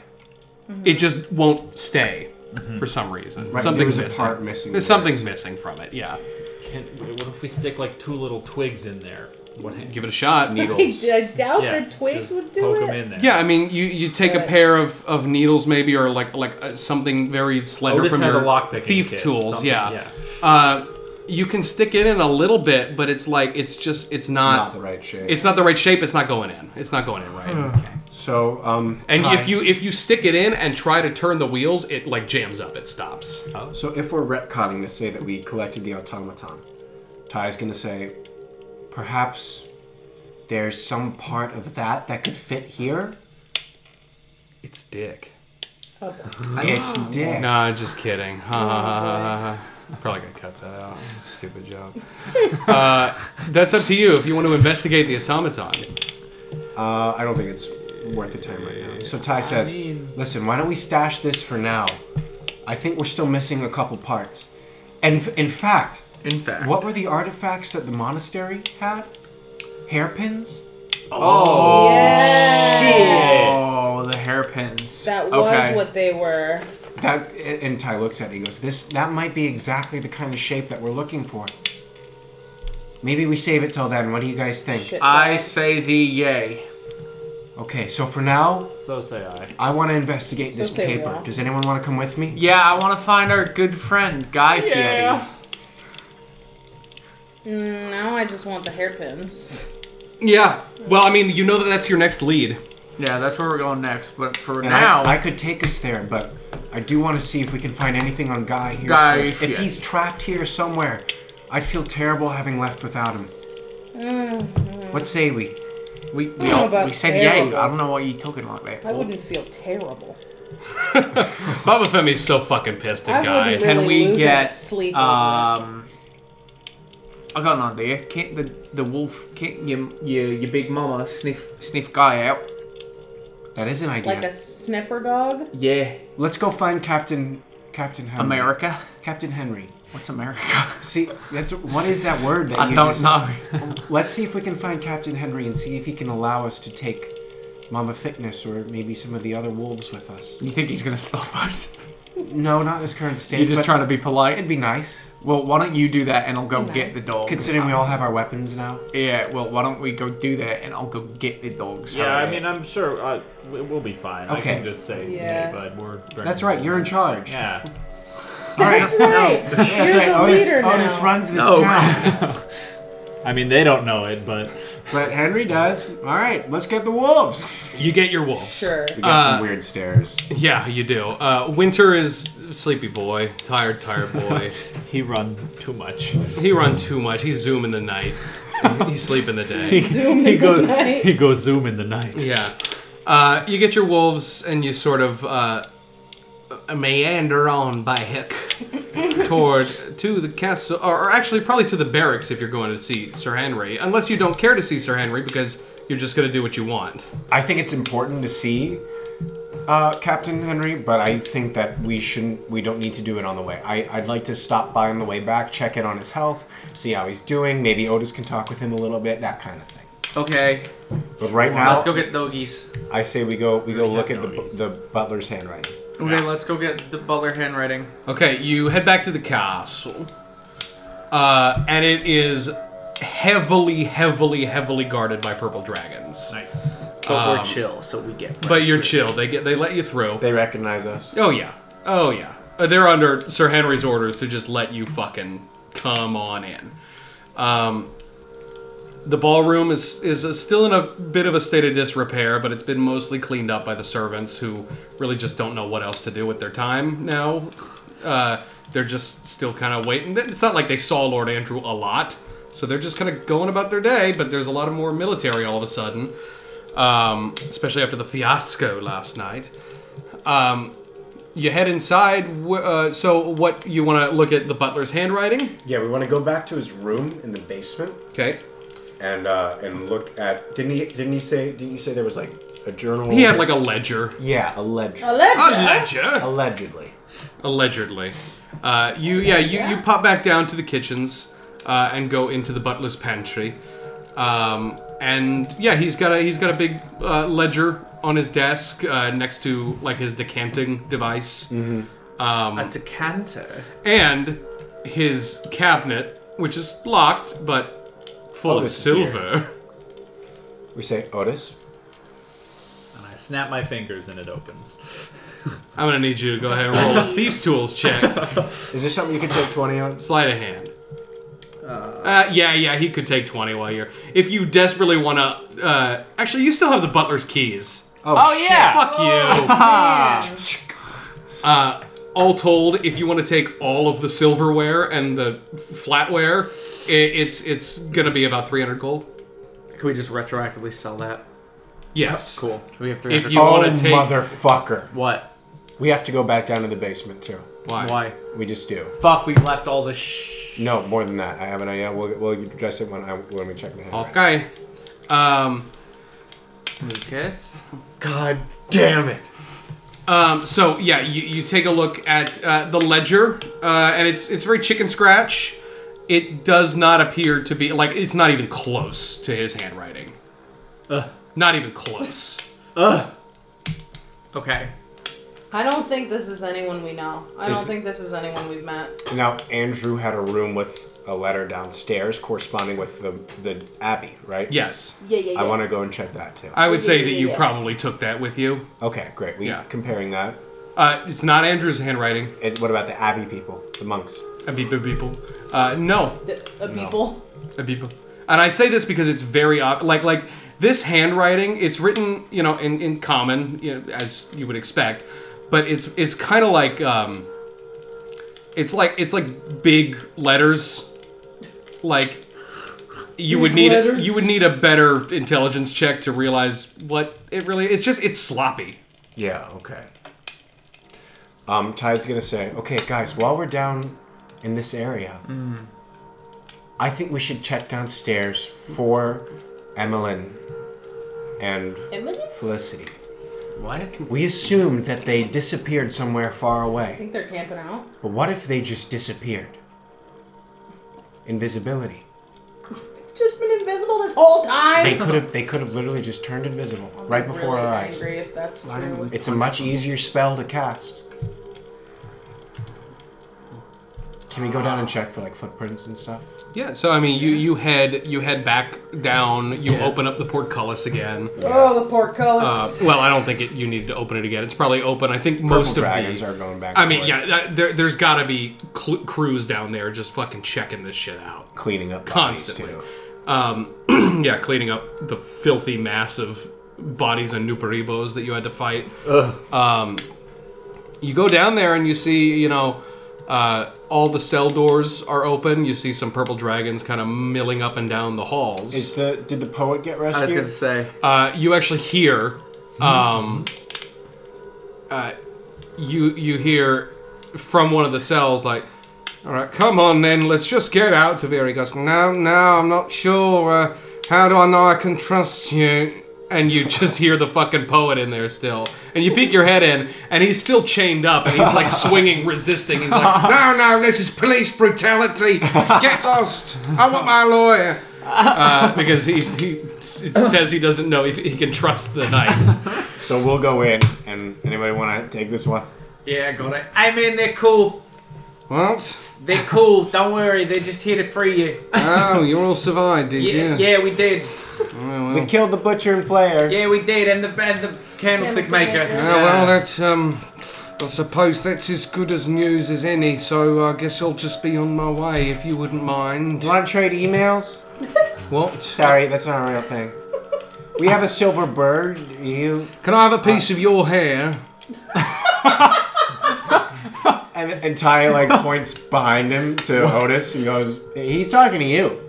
S3: It just won't stay for some reason.
S7: Mm-hmm. Right,
S3: Something's
S7: there was a
S3: missing.
S7: part missing
S3: There's
S7: there.
S3: something's missing from it. Yeah.
S9: Can, what if we stick like two little twigs in there? What ha-
S3: Give it a shot.
S7: Needles.
S8: I, I doubt
S9: yeah,
S8: that twigs
S9: just
S8: would do
S9: poke
S8: it.
S9: 'em in there.
S3: Yeah, I mean, you, you take a
S8: Right.
S3: pair of, of needles maybe, or like like uh, something very slender
S9: Otis
S3: from
S9: Oh, has
S3: your
S9: a lockpicking
S3: thief
S9: kit,
S3: tools.
S9: something,
S3: Yeah,
S9: yeah.
S3: Uh, you can stick it in a little bit, but it's like it's just it's not,
S7: Not the right shape.
S3: It's not the right shape. It's not going in. It's not going in right.
S7: so. Um.
S3: And
S7: Ty,
S3: if you if you stick it in and try to turn the wheels, it like jams up. It stops.
S7: So if we're retconning to say that we collected the automaton, Ty's gonna say, perhaps there's some part of that that could fit here.
S3: It's dick.
S7: It's dick.
S3: Nah, just kidding.
S9: Oh,
S3: I'm probably gonna cut that out. Stupid joke. uh, that's up to you if you want to investigate the automaton.
S7: Uh, I don't think it's worth the time right now. So Ty says, "Listen, why don't we stash this for now? I think we're still missing a couple parts. And f- in fact,
S4: don't. In fact,
S7: what were the artifacts that the monastery had? Hairpins?
S4: oh, the hairpins.
S8: That was
S4: okay.
S8: what they were.
S7: That." a- And Ty looks at it and goes, "This that might be exactly the kind of shape that we're looking for. Maybe we save it till then. What do you guys think?"
S8: Shit.
S4: I say the yay.
S7: Okay, so for now,
S9: So say I.
S7: I want to investigate
S8: So
S7: this
S8: say
S7: paper.
S8: what?
S7: Does anyone want to come with me?
S4: Yeah, I want to find our good friend Guy yeah.
S8: Mm, now I just want the hairpins.
S3: Yeah. Well, I mean, you know that that's your next lead.
S4: Yeah, that's where we're going next. But for
S7: And
S4: now,
S7: I, I could take us there, but I do want to see if we can find anything on Guy here.
S4: Guy,
S7: first. If
S4: yeah.
S7: he's trapped here somewhere, I'd feel terrible having left without him. What say we?
S4: we we,
S8: know
S4: all,
S8: about
S4: we said yay.
S8: terrible.
S4: I don't know what you talking like that.
S8: I
S4: for.
S8: wouldn't feel terrible.
S3: Baba Femi's so fucking pissed at
S8: I
S3: Guy.
S8: wouldn't
S4: Can
S8: really
S4: we
S8: lose
S4: get
S8: sleep? over
S4: um? I got an idea. Can't the the wolf? Can't your your, your big mama sniff sniff Guy out?
S7: That is an
S8: it.
S7: idea.
S8: like a sniffer dog.
S4: Yeah,
S7: Let's go find Captain Captain Henry.
S4: America.
S7: Captain Henry.
S4: What's America?
S7: See, that's what is that word that
S4: I
S7: you
S4: don't
S7: just-
S4: know.
S7: Let's see if we can find Captain Henry and see if he can allow us to take Mama Fitness or maybe some of the other wolves with us.
S4: You think he's gonna stop us?
S7: No, not in his current state.
S9: You're just
S7: but
S9: trying to be polite.
S7: It'd be nice,
S9: Well, why don't you do that and I'll go get the
S8: Nice.
S9: dog.
S7: considering we all have our weapons now.
S9: Yeah, well, why don't we go do that and I'll go get the dogs.
S5: Yeah, I mean, I'm sure uh, we- we'll be fine. I
S7: Okay.
S5: can just say,
S8: Yeah.
S5: hey, bud, we're. drinking."
S7: That's right. You're in charge.
S5: Yeah.
S8: That's right.
S7: That's
S8: You're
S7: right.
S8: the
S7: Otis,
S8: leader
S7: Otis
S8: now.
S7: runs this
S4: No.
S7: town,
S5: I mean, they don't know it, but
S7: but Henry does. All right, let's get the wolves.
S3: You get your wolves.
S8: Sure.
S7: We got some weird stares.
S3: Yeah, you do. Uh, Winter is sleepy boy, tired, tired boy.
S5: he run too much.
S3: he run too much. He zoom in the night. he sleep in the day.
S8: Zoom
S5: He
S8: in the
S5: goes.
S8: night.
S5: He goes zoom in the night.
S3: Yeah. Uh, you get your wolves and you sort of uh, meander on by heck toward to the castle, or, or actually probably to the barracks if you're going to see Sir Henry, unless you don't care to see Sir Henry because you're just going to do what you want.
S7: I think it's important to see uh, Captain Henry, but I think that we shouldn't. We don't need to do it on the way. I, I'd like to stop by on the way back, check in on his health, see how he's doing. Maybe Otis can talk with him a little bit, that kind of thing.
S1: Okay,
S7: But right now,
S1: let's go get doggies.
S7: I say we go. We go look at the, bu- the butler's handwriting.
S1: Okay, let's go get the butler handwriting.
S3: Okay, you head back to the castle, uh, and it is heavily, heavily, heavily guarded by purple dragons.
S5: Nice.
S4: But we're chill, so we get.
S3: But you're chill. They get they let you through.
S7: They recognize us.
S3: Oh yeah. Oh yeah. Uh, They're under Sir Henry's orders to just let you fucking come on in. Um, the ballroom is is uh still in a bit of a state of disrepair, but it's been mostly cleaned up by the servants who really just don't know what else to do with their time now. Uh, they're just still kind of waiting. It's not like they saw Lord Andrew a lot, so they're just kind of going about their day. But there's a lot of more military all of a sudden, um, especially after the fiasco last night you head inside. wh- Uh, so, what you want to look at the butler's handwriting?
S7: Yeah, we want to go back to his room in the basement
S3: Okay.
S7: and uh, and look at. Didn't he? Didn't he say? Didn't you say there was like a journal?
S3: He had like a ledger,
S7: yeah, a ledger.
S8: A ledger.
S3: a ledger,
S7: Allegedly.
S3: allegedly. Uh, you yeah you you pop back down to the kitchens uh, and go into the butler's pantry, um, and yeah he's got a he's got a big uh, ledger on his desk uh, next to like his decanting device.
S4: A decanter.
S3: and his cabinet, which is locked but full
S7: Oh,
S3: of
S7: this is here.
S3: silver.
S7: We say Otis.
S5: And I snap my fingers and it opens.
S3: I'm gonna need you to go ahead and roll a thieves' tools check.
S7: Is this something you can take twenty on?
S3: Sleight of hand. Uh, yeah, yeah, he could take twenty while you're. If you desperately want to, uh, actually, you still have the butler's keys.
S7: Oh, shit.
S3: Fuck you. Uh, all told, if you want to take all of the silverware and the flatware, i it's it's gonna be about three hundred gold.
S1: Can we just retroactively sell that?
S3: Yes.
S1: Cool. We have three.
S3: If you
S7: Oh
S3: want to take
S7: motherfucker!
S1: what?
S7: We have to go back down to the basement too.
S1: Why?
S7: We just do.
S9: Fuck, we left all the sh.
S7: No, more than that. I have an idea. We'll, we'll address it when I when we check the handwriting.
S3: Okay. Um,
S1: Lucas.
S7: God damn it!
S3: um, so yeah, you, you take a look at uh, the ledger, uh, and it's it's very chicken scratch. It does not appear to be like it's not even close to his handwriting. Not even close.
S1: Okay.
S8: I don't think this is anyone we know. I don't
S7: Is-
S8: think this is anyone we've met.
S7: Now Andrew had a room with a letter downstairs corresponding with the the abbey, right?
S3: Yes,
S8: Yeah, yeah, yeah.
S7: I want to go and check that too.
S3: I would say that you
S8: Yeah.
S3: probably took that with you.
S7: Okay, great. We
S3: Yeah.
S7: comparing that.
S3: Uh, it's not Andrew's handwriting.
S7: And what about the abbey people, the monks?
S3: A beep, beep, beep. Uh, no,
S8: the, a people.
S3: the people. And I say this because it's very ob- like like this handwriting. It's written you know in in common you know, as you would expect, but it's it's kind of like um, it's like it's like big letters, like you would need
S6: letters?
S3: you would need a better intelligence check to realize what it really. It's just it's sloppy.
S7: Yeah. Okay. Um, Ty's gonna say, okay, guys, while we're down in this area, I think we should check downstairs for Emmeline and
S8: Emily? I
S7: Felicity.
S1: What?
S7: We assumed that they disappeared somewhere far away,
S8: think they're camping out.
S7: but what if they just disappeared? Invisibility.
S8: Just been invisible this whole time.
S7: They could have. They could have literally just turned invisible
S8: I'm
S7: right before
S8: really
S7: our eyes.
S8: Angry if that's true.
S7: It's a much easier spell to cast. Can we go down and check for like footprints and stuff?
S3: Yeah, so I mean, you you head you head back down. You open up the portcullis again.
S8: Oh, the
S3: Uh,
S8: portcullis.
S3: well, I don't think it, you need to open it again. It's probably open. I think most
S7: Purple
S3: of
S7: dragons
S3: the
S7: are going back.
S3: I
S7: and
S3: mean,
S7: forth,
S3: yeah, that, there, there's got to be cl- crews down there just fucking checking this shit out.
S7: cleaning up bodies,
S3: constantly.
S7: too.
S3: Um, yeah, cleaning up the filthy mass of bodies and nuperibos that you had to fight. Um, you go down there and you see, you know, uh, all the cell doors are open. You see some purple dragons kind of milling up and down the halls.
S7: Is the did the poet get
S4: I was
S7: rescued?
S4: going to say.
S3: uh, you actually hear, um, uh, you you hear from one of the cells like, all right, come on then, let's just get out of here. He goes, no, no, I'm not sure. Uh, how do I know I can trust you? And you just hear the fucking poet in there still, and you peek your head in, and he's still chained up, and he's like swinging, resisting. He's like, no, no, this is police brutality. Get lost. I want my lawyer because he, he s- says he doesn't know if he can trust the knights.
S7: so we'll go in. And anybody want to take this one?
S9: Yeah, got it. I mean, they're cool.
S6: What?
S9: They're cool. Don't worry. They're just here to free you.
S6: Oh, you all survived, did
S9: Yeah,
S6: you? Oh,
S9: yeah, we did.
S4: Mm.
S7: They killed the butcher and player.
S9: Yeah, we did. And the and the candlestick
S8: Candlestick
S9: maker.
S8: maker.
S6: Oh, well, that's, um, I suppose that's as good as news as any, so I guess I'll just be on my way if you wouldn't mind.
S7: Want to trade emails?
S6: What?
S7: Sorry, that's not a real thing. We have a silver bird. You
S6: Can I have a piece of your hair?
S7: and, and Ty like points behind him to Otis and goes, "He's talking to you."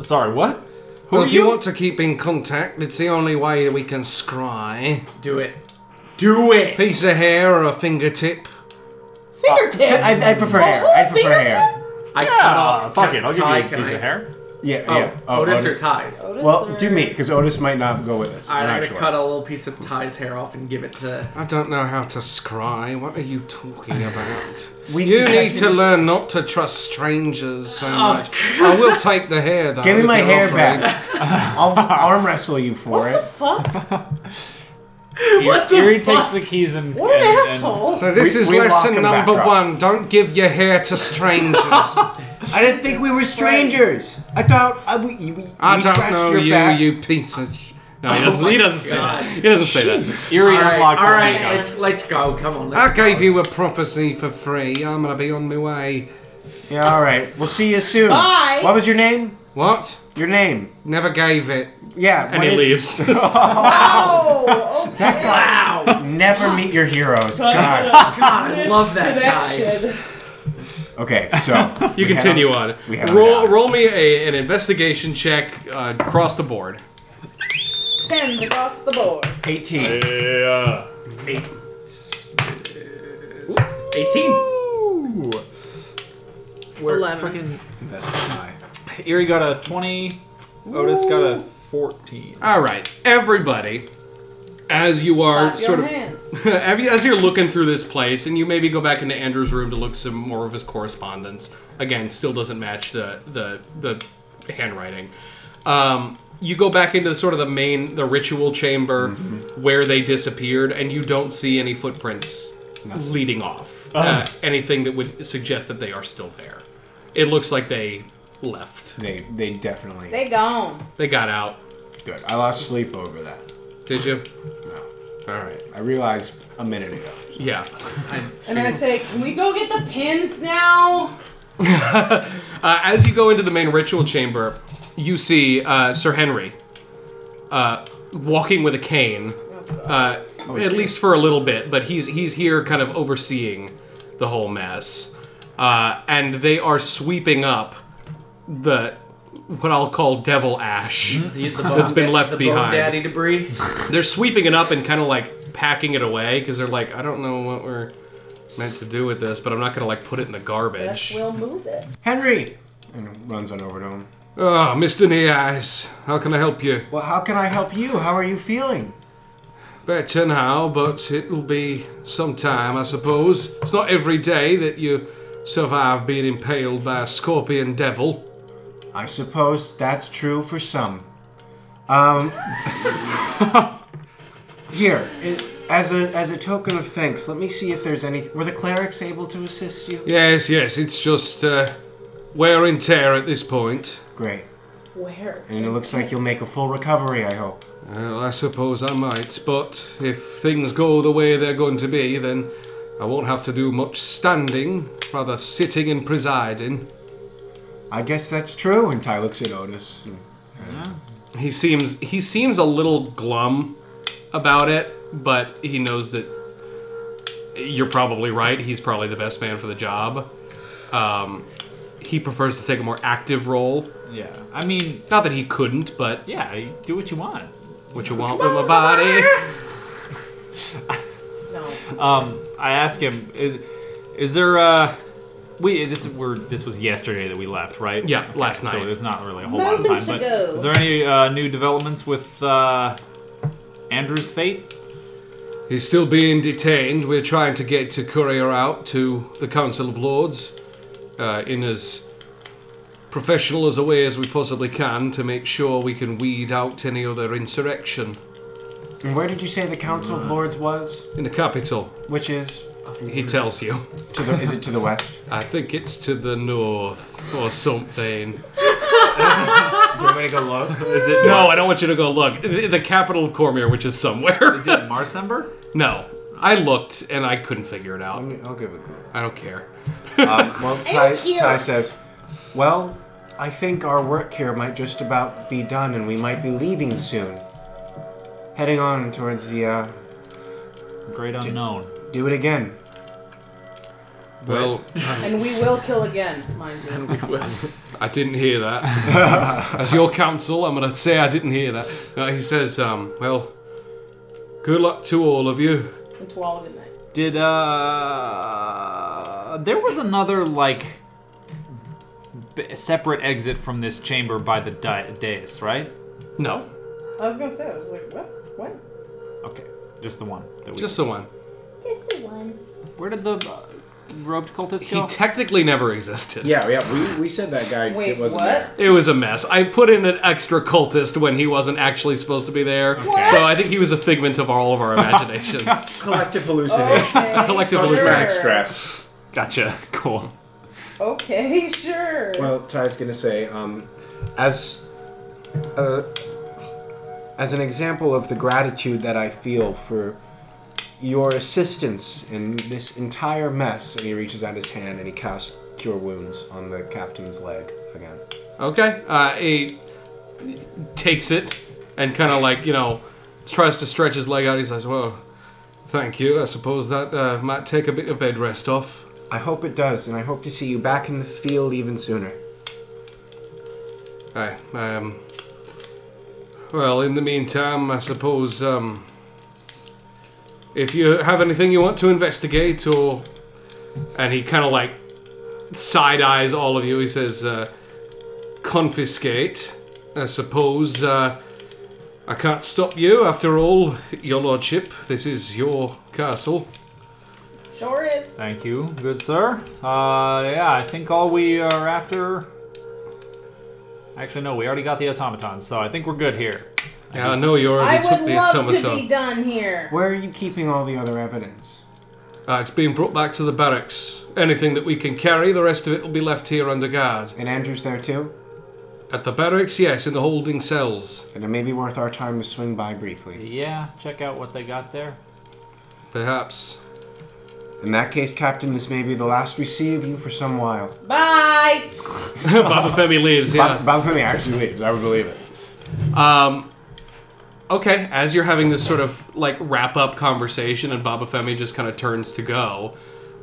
S5: Sorry, what?
S6: Well, if you want to keep in contact, it's the only way we can scry.
S9: Do it. Do it.
S6: Piece of hair or a fingertip?
S8: Fingertip.
S7: I, I prefer hair. I prefer hair.
S9: I
S5: Yeah,
S9: cut off.
S5: Uh, fuck it. I'll give you
S9: tie,
S5: a
S9: can
S5: piece
S9: I-
S5: of hair.
S7: Yeah,
S9: Oh,
S7: yeah. Oh,
S9: Otis, or ties.
S7: Well, do me because Otis might not go with us.
S9: All
S7: We're
S9: right, I'm
S7: not
S9: gonna
S7: sure.
S9: cut a little piece of Ty's hair off and give it to.
S6: I don't know how to scry. What are you talking about?
S7: We
S6: You need
S7: detected-
S6: to learn not to trust strangers so much. I will take the hair though.
S7: Oh, Give me
S6: if
S7: my
S6: you're
S7: hair
S6: offering.
S7: back. I'll arm wrestle you for it.
S8: Fuck.
S9: What the
S5: Eerie
S9: fuck?
S5: takes the keys and.
S8: What an
S5: and- and-
S8: asshole.
S6: So this
S7: We-
S6: is
S7: we lock
S6: lesson
S7: him back
S6: number
S7: up.
S6: one. Don't give your hair to strangers.
S7: I didn't think we were strangers. I thought I, we, we, we
S6: I don't
S7: scratched
S6: know
S7: your
S6: you,
S7: back.
S6: you piece of. Sh-
S3: No, he
S9: Oh
S3: doesn't, he doesn't say that. He doesn't say that.
S5: Eerie
S9: All right,
S5: unlocks
S9: all
S5: his
S9: right,
S5: handcuffs.
S9: let's, let's go. Come on.
S6: I
S9: Let's
S6: gave you a prophecy for free. I'm gonna be on my way.
S7: Yeah, all right. We'll see you soon.
S8: Bye.
S7: What was your name?
S6: What?
S7: Your name?
S6: Never gave it.
S7: Yeah.
S3: And he leaves.
S8: Oh, okay.
S7: That guy. Never meet your heroes. God.
S9: God, I love that guy.
S8: Connection.
S7: Okay, so
S3: You
S7: we
S3: continue
S7: have-
S3: on.
S7: we have
S3: Roll,
S7: that.
S3: roll me a, an investigation check uh, across the board.
S8: Tens across the board.
S7: 18.
S5: Yeah.
S9: Eight. Eighteen.
S5: We're
S8: Eleven.
S5: fucking- Eerie got a twenty. Otis got a fourteen.
S3: All right, everybody. As you are
S8: Clap
S3: sort
S8: your
S3: of
S8: hands.
S3: Have you- as you're looking through this place, and you maybe go back into Andrew's room to look some more of his correspondence. Again, still doesn't match the the the handwriting. Um, you go back into sort of the main the ritual chamber where they disappeared, and you don't see any footprints leading off. Uh, anything that would suggest that they are still there. It looks like they left.
S7: They they definitely
S8: They gone.
S3: They got out.
S7: good. I lost sleep over that.
S3: Did you?
S7: All right. I realized a minute ago.
S3: Yeah.
S8: And then I say, can we go get the pins now?
S3: Uh, as you go into the main ritual chamber, you see uh, Sir Henry uh, walking with a cane, uh, at least for a little bit. But he's he's here, kind of overseeing the whole mess, uh, and they are sweeping up the what I'll call devil ash.
S9: That's
S3: been left
S9: Mm-hmm. the
S3: behind.
S9: Bone daddy debris.
S3: They're sweeping it up and kind of like packing it away because they're like, I don't know what we're meant to do with this, but I'm not gonna like put it in the garbage.
S8: We'll move it.
S7: Henry and runs on over to him.
S3: Ah,
S6: Oh, Mr. Niaz, how can I help you?
S7: Well, how can I help you? How are you feeling?
S6: Better now, but it'll be some time, I suppose. It's not every day that you survive being impaled by a scorpion devil.
S7: I suppose that's true for some. Um. here, it, As a as a token of thanks, let me see if there's any. Were the clerics able to assist you?
S6: Yes, yes, it's just uh, wear and tear at this point.
S7: Great.
S8: Where?
S7: And it looks like you'll make a full recovery. I hope.
S6: Well, I suppose I might, but if things go the way they're going to be, then I won't have to do much standing, rather sitting and presiding.
S7: I guess that's true. And Ty looks at Otis. and-
S3: He seems he seems a little glum about it, but he knows that you're probably right. He's probably the best man for the job. Um, he prefers to take a more active role.
S9: Yeah. I mean,
S3: Not that he couldn't, but
S9: yeah, you do what you want.
S3: what you want with my body?
S8: No.
S9: Um, I ask him, is, is there uh we this were this was yesterday that we left, right?
S3: Yeah, last night.
S9: So there's not really a whole lot of time.
S8: Moments
S9: But
S8: ago.
S9: is there any uh, new developments with uh, Andrew's fate?
S6: He's still being detained. We're trying to get to courier out to the Council of Lords uh, in as professional as a way as we possibly can to make sure we can weed out any other insurrection
S7: And where did you say the Council of Lords was?
S6: in the capital.
S7: Which is
S6: He tells you.
S7: to the is it to the west?
S6: I think it's to the north or something.
S7: You want me to go look?
S9: Is it
S3: No, I don't want you to go look. The, the capital of Cormier, which is somewhere.
S9: is it Marsember?
S3: no, I looked and I couldn't figure it out.
S7: I'll give it a go.
S3: I don't care.
S7: Um, well, Ty,
S8: cute.
S7: Ty says, "Well, I think our work here might just about be done, and we might be leaving soon, heading on towards the uh,
S9: Great unknown.
S7: do it again."
S6: Well,
S8: And we will kill again, mind you.
S6: I didn't hear that. As your counsel, I'm going to say I didn't hear that.
S3: Uh,
S6: No, he says, um, well, good luck to all of you.
S8: And to all of it, night.
S9: Did uh there was another like b- separate exit from this chamber by the di- dais, right?
S3: No,
S8: I was gonna say, I was like, what? What?
S9: Okay, just the one that we
S3: just the one.
S8: Just the one.
S9: Where did the uh, robed cultist
S3: He
S9: go?
S3: technically never existed.
S7: Yeah, yeah, we, we said that guy
S8: Wait,
S7: wasn't
S8: what?
S7: there.
S3: It was a mess. I put in an extra cultist when he wasn't actually supposed to be there. So I think he was a figment of all of our imaginations.
S7: Collective hallucination.
S8: Okay,
S3: Collective
S8: Oh. sure.
S3: hallucination.
S7: stress.
S9: gotcha. Cool.
S8: Okay, sure.
S7: Well, Ty's gonna say, um, as uh, as an example of the gratitude that I feel for your assistance in this entire mess, and he reaches out his hand and he casts cure wounds on the captain's leg again.
S3: Okay. Uh, he takes it and kind of like, you know, tries to stretch his leg out. He says, Well, thank you. I suppose that uh, might take a bit of bed rest off.
S7: I hope it does, and I hope to see you back in the field even sooner.
S6: Aye. Um, well, in the meantime, I suppose um, if you have anything you want to investigate, or
S3: And he kind of like side eyes all of you. He says, uh, Confiscate. I suppose uh, I can't stop you. After all, your lordship, this is your castle.
S8: Sure is.
S9: Thank you, good sir. Uh, yeah, I think all we are after. Actually, no, we already got the automaton, so I think we're good here.
S6: Yeah, I know you
S8: I
S6: already took
S8: would
S6: the
S8: love to
S6: automaton.
S8: be done here.
S7: Where are you keeping all the other evidence?
S6: Uh, it's being brought back to the barracks. Anything that we can carry, the rest of it will be left here under guard.
S7: And Andrew's there too?
S6: At the barracks, yes, in the holding cells.
S7: And it may be worth our time to swing by briefly.
S9: Yeah, check out what they got there.
S6: Perhaps.
S7: In that case, Captain, this may be the last we see of you for some while.
S8: Bye.
S3: Baba Femi leaves, yeah.
S7: Bob, Bob Femi actually leaves. I would believe it.
S3: Okay, as you're having this sort of like wrap up conversation and Baba Femi just kind of turns to go,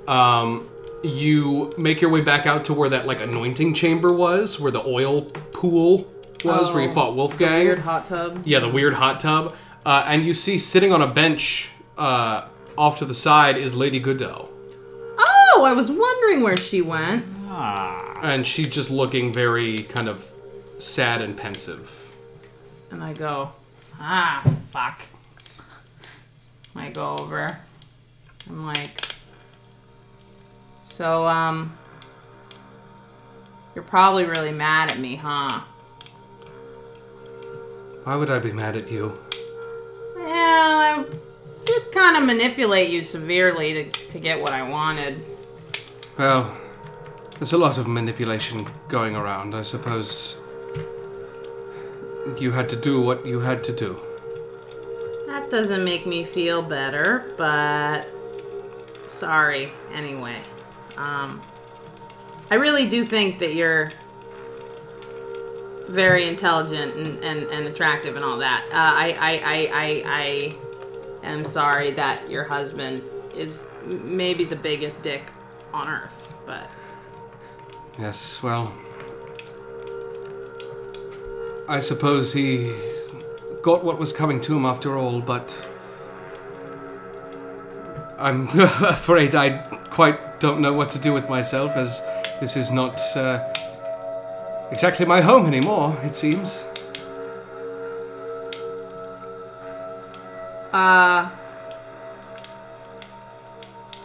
S3: um, you make your way back out to where that like anointing chamber was, where the oil pool was, where you fought Wolfgang.
S8: Weird hot tub.
S3: Yeah, the weird hot tub. Uh, and you see sitting on a bench uh, off to the side is Lady Godot.
S8: Oh, I was wondering where she went.
S3: And she's just looking very kind of sad and pensive.
S8: And I go, ah, fuck. I go over. I'm like, so, um, you're probably really mad at me, huh?
S6: Why would I be mad at you?
S8: Well, I did kind of manipulate you severely to, to get what I wanted.
S6: Well, there's a lot of manipulation going around. I suppose you had to do what you had to do.
S8: That doesn't make me feel better, but sorry anyway. Um, I really do think that you're very intelligent and, and, and attractive and all that. Uh, I, I, I, I, I am sorry that your husband is m- maybe the biggest dick on earth, but
S6: Yes, well. I suppose he got what was coming to him after all, but. I'm afraid I quite don't know what to do with myself, as this is not uh, exactly my home anymore, it seems.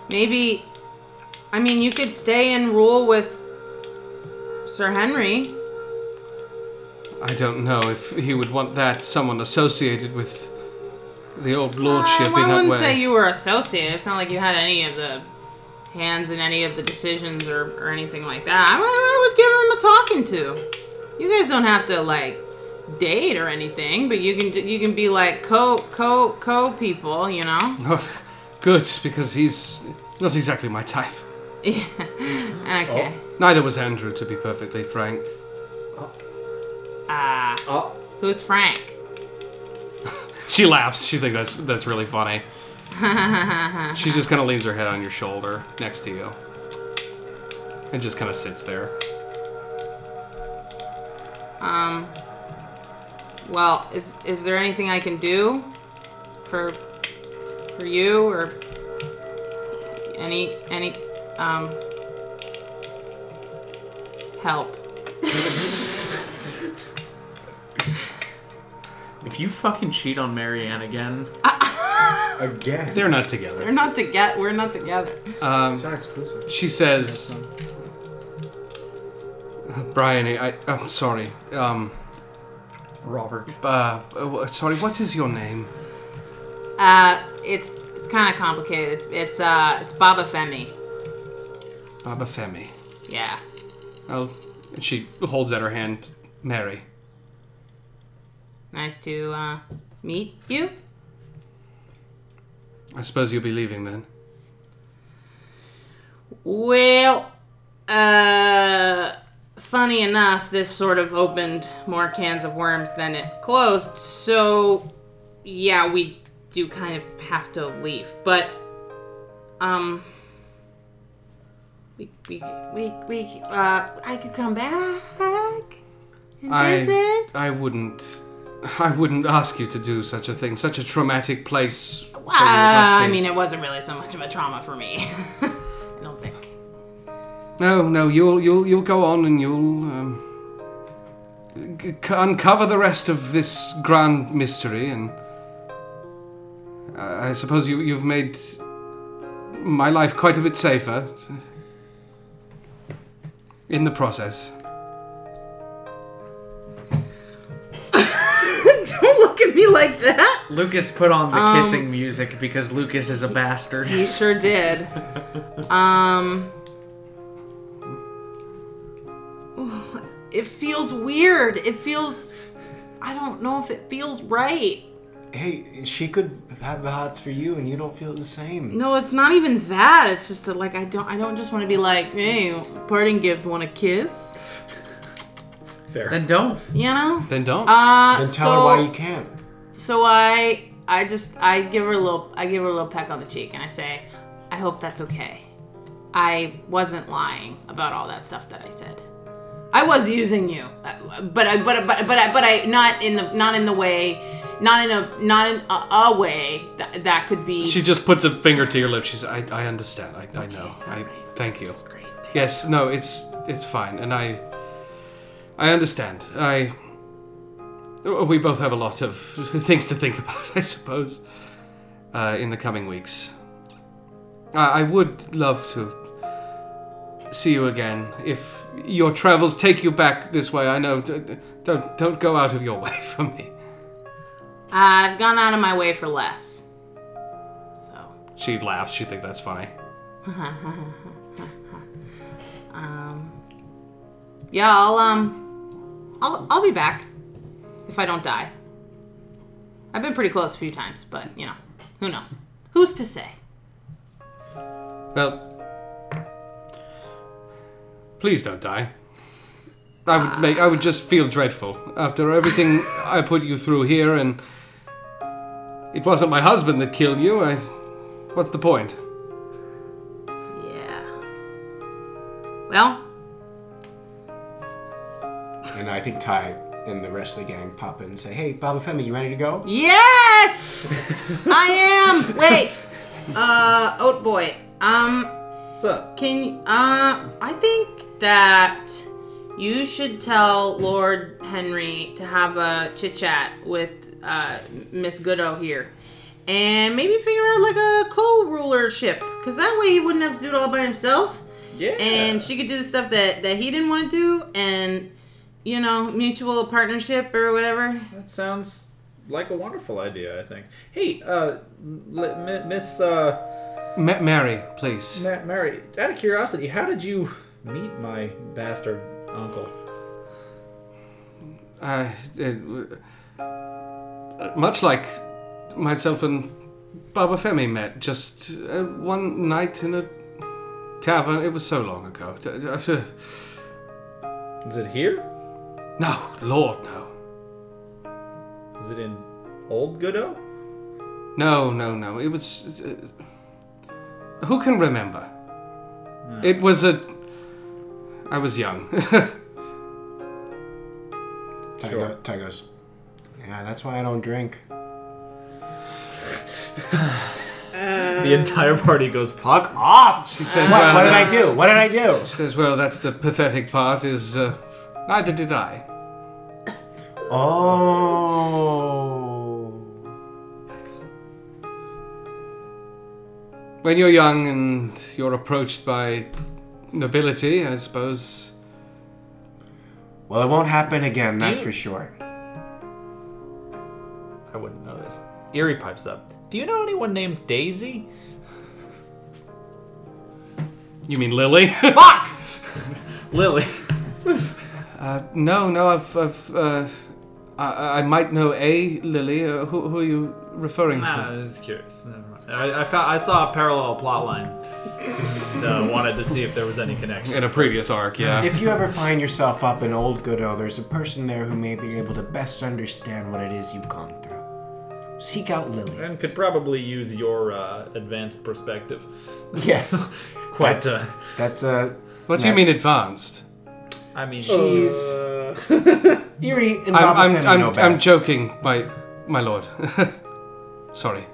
S8: maybe. I mean, you could stay and rule with Sir Henry.
S6: I don't know if he would want that someone associated with the old
S8: Uh,
S6: lordship
S8: well,
S6: in
S8: I
S6: that
S8: wouldn't
S6: way.
S8: say you were associated. It's not like you had any of the hands in any of the decisions or, or anything like that. I, I would give him a talking to. You guys don't have to like date or anything, but you can you can be like co co co people, you know.
S6: Good, because he's not exactly my type.
S8: Okay.
S6: Neither was Andrew, to be perfectly frank.
S8: Ah. Who's Frank?
S6: She laughs. She thinks that's that's really funny. she just kind of leans her head on your shoulder next to you, and just kind of sits there.
S8: Well, is is there anything I can do for for you or any any um help?
S9: If you fucking cheat on Marianne again,
S7: Again.
S6: They're not together.
S8: We're not together. We're not together.
S7: it's not exclusive.
S6: She says, "Brian, I, I'm sorry. Um,
S9: Robert.
S6: uh, uh, sorry. What is your name?
S8: Uh, it's it's kind of complicated. It's it's uh it's Baba Femi.
S6: Baba Femi.
S8: Yeah.
S6: Oh, and she holds out her hand. Mary.
S8: Nice to uh meet you.
S6: I suppose you'll be leaving then.
S8: Well, uh, funny enough, this sort of opened more cans of worms than it closed. So, yeah, we do kind of have to leave, but um, we we we, we uh, I could come back and
S6: I
S8: visit.
S6: I wouldn't." I wouldn't ask you to do such a thing. Such a traumatic place. for you. It must
S8: Uh, I
S6: be-
S8: mean, it wasn't really so much of a trauma for me. I don't think.
S6: No, no, you'll you'll you'll go on and you'll um, g- c- uncover the rest of this grand mystery, and uh, I I suppose you you've made my life quite a bit safer in the process.
S8: don't look at me like that.
S1: Lucas put on the
S5: Um,
S1: kissing music because Lucas is a bastard.
S8: You sure did. Um, it feels weird. It feels. I don't know if it feels right.
S7: Hey, she could have the hots for you, and you don't feel the same.
S8: No, it's not even that. It's just that like I don't. I don't just want to be like, hey, parting gift, want a kiss?
S1: Then don't.
S8: You know.
S6: Then don't.
S8: Uh,
S7: Then tell
S8: so
S7: her why you can't.
S8: so I I just I give her a little I give her a little peck on the cheek and I say, I hope that's okay. I wasn't lying about all that stuff that I said. I was using you, uh, but I, but but but I, but I not in the not in the way, not in a not in a, a way that, that could be.
S6: she just puts a finger to your lips. She's I I understand. I I know. I thank you.
S8: Great.
S6: Yes, no, it's it's fine, and I I understand. I we both have a lot of things to think about, I suppose, uh, in the coming weeks. I, I would love to see you again if your travels take you back this way. I know. d- Don't don't go out of your way for me.
S8: I've gone out of my way for less.
S6: She laughs. She think that's funny.
S8: Yeah, I'll um, I'll I'll be back if I don't die. I've been pretty close a few times, but you know, who knows? Who's to say?
S6: Well, please don't die. I would make. I would just feel dreadful after everything I put you through here, and it wasn't my husband that killed you. I. What's the point?
S8: Yeah. Well,
S7: And I think Ty and the rest of the gang pop in and say, "Hey, Baba Femi, you ready to go?"
S8: yes, I am. Wait, uh, Oat Boy. Um,
S9: What's up?
S8: Can uh, I think that you should tell Lord Henry to have a chit chat with uh, Miss Goodo here, and maybe figure out like a co-rulership, because that way he wouldn't have to do it all by himself,
S9: Yeah.
S8: and she could do the stuff that that he didn't want to do, and you know, mutual partnership or whatever.
S9: That sounds like a wonderful idea, I think. Hey, uh, l- m- Miss uh,
S6: Ma- Mary, please.
S9: Ma- Mary, out of curiosity, how did you meet my bastard uncle?
S6: Uh, it, uh, much like myself and Baba Femi met just uh, one night in a tavern. It was so long ago. D- d- uh,
S9: Is it here?
S6: No, Lord, no.
S9: Is it in Old Goodo?
S6: No, no, no. It was. Uh, who can remember?
S7: Hmm.
S6: It was a. I was young.
S7: Ty, go- Ty goes, "Yeah, that's why I don't drink."
S5: The entire party goes, fuck off!
S6: she says,
S7: What,
S6: well,
S7: what did
S6: uh,
S7: I do? What did I do?
S6: says, well, that's the pathetic part. Is uh, neither did I.
S7: Oh.
S6: when you're young and you're approached by nobility, I suppose.
S7: Well, it won't happen again, that's for sure.
S5: I wouldn't know this. Erie pipes up. Do you know anyone named Daisy?
S6: You mean Lily?
S5: Fuck! Lily.
S6: no, no. I've, I've, uh, I, I might know a Lily. Uh, who, who are you referring
S5: Nah, Ah, I
S6: to?
S5: was curious. Never mind. I, I, found, I saw a parallel plot line. And, uh, wanted to see if there was any connection.
S6: In a previous arc, yeah.
S7: If you ever find yourself up in Old Goodo, there's a person there who may be able to best understand what it is you've gone through. Seek out Lily.
S5: And could probably use your uh, advanced perspective.
S7: Yes.
S5: Quite.
S7: That's-
S5: Uh,
S7: That's a.
S6: What do you mean advanced?
S5: I mean,
S7: She's. Eerie and Baba
S6: I'm,
S7: Femi
S6: I'm, I'm,
S7: know
S6: I'm
S7: best.
S6: joking, my, my lord. Sorry.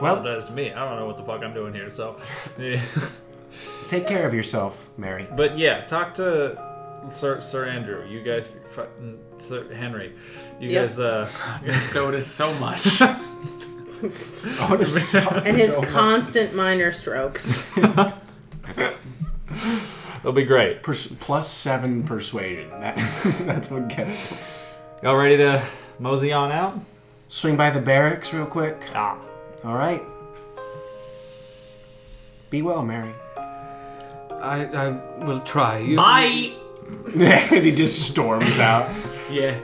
S7: Well-
S5: apologize to me. I don't know what the fuck I'm doing here. So,
S7: Take care of yourself, Mary.
S5: but yeah, talk to Sir Sir Andrew. You guys, fucking Sir Henry. You
S8: Yep.
S5: guys. Uh,
S1: Notice so much.
S7: Oh, this sucks
S8: And his
S7: so much.
S8: constant minor strokes.
S5: it'll be great.
S7: Pers- plus seven persuasion. That, that's what gets. me.
S5: Y'all ready to mosey on out?
S7: Swing by the barracks real quick.
S5: Ah.
S7: All right. Be well, Mary.
S6: I, I will try. You,
S5: Bye.
S7: and he just storms out.
S5: Yeah.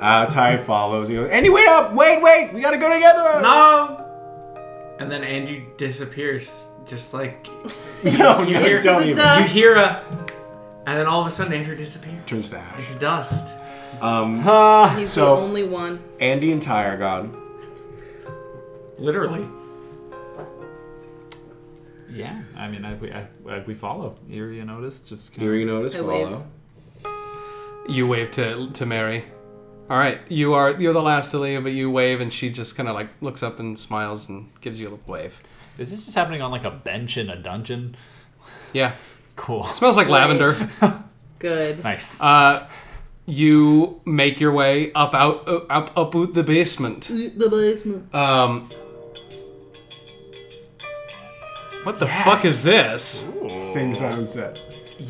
S7: Uh, Ty follows. He goes, Andy, wait up! Wait, wait! We gotta go together!
S1: no. And then Andrew disappears, just like
S7: no, no,
S1: hear-
S7: don't
S8: The
S7: even.
S8: duck.
S1: you hear
S5: uh,
S1: a, and then all of a sudden Andrew disappears.
S7: Turns to ash.
S1: It's dust.
S8: He's
S7: So-
S8: the only one.
S7: Andy and Ty are gone.
S5: Literally. Yeah, I mean, I, we I, I, we follow. Eerie and Otis just kind
S7: Here you notice
S8: I wave.
S7: follow.
S6: you wave to, to Mary. All right, you are you're the last to leave, but you wave, and she just kind of like looks up and smiles and gives you a little wave.
S5: of. Is this just happening on like a bench in a dungeon?
S6: Yeah,
S5: Cool.
S6: smells like lavender.
S8: Good.
S5: Nice.
S6: Uh, you make your way up out uh, up up out the basement.
S8: The basement.
S6: Um, what the fuck is this?
S7: Same sound set.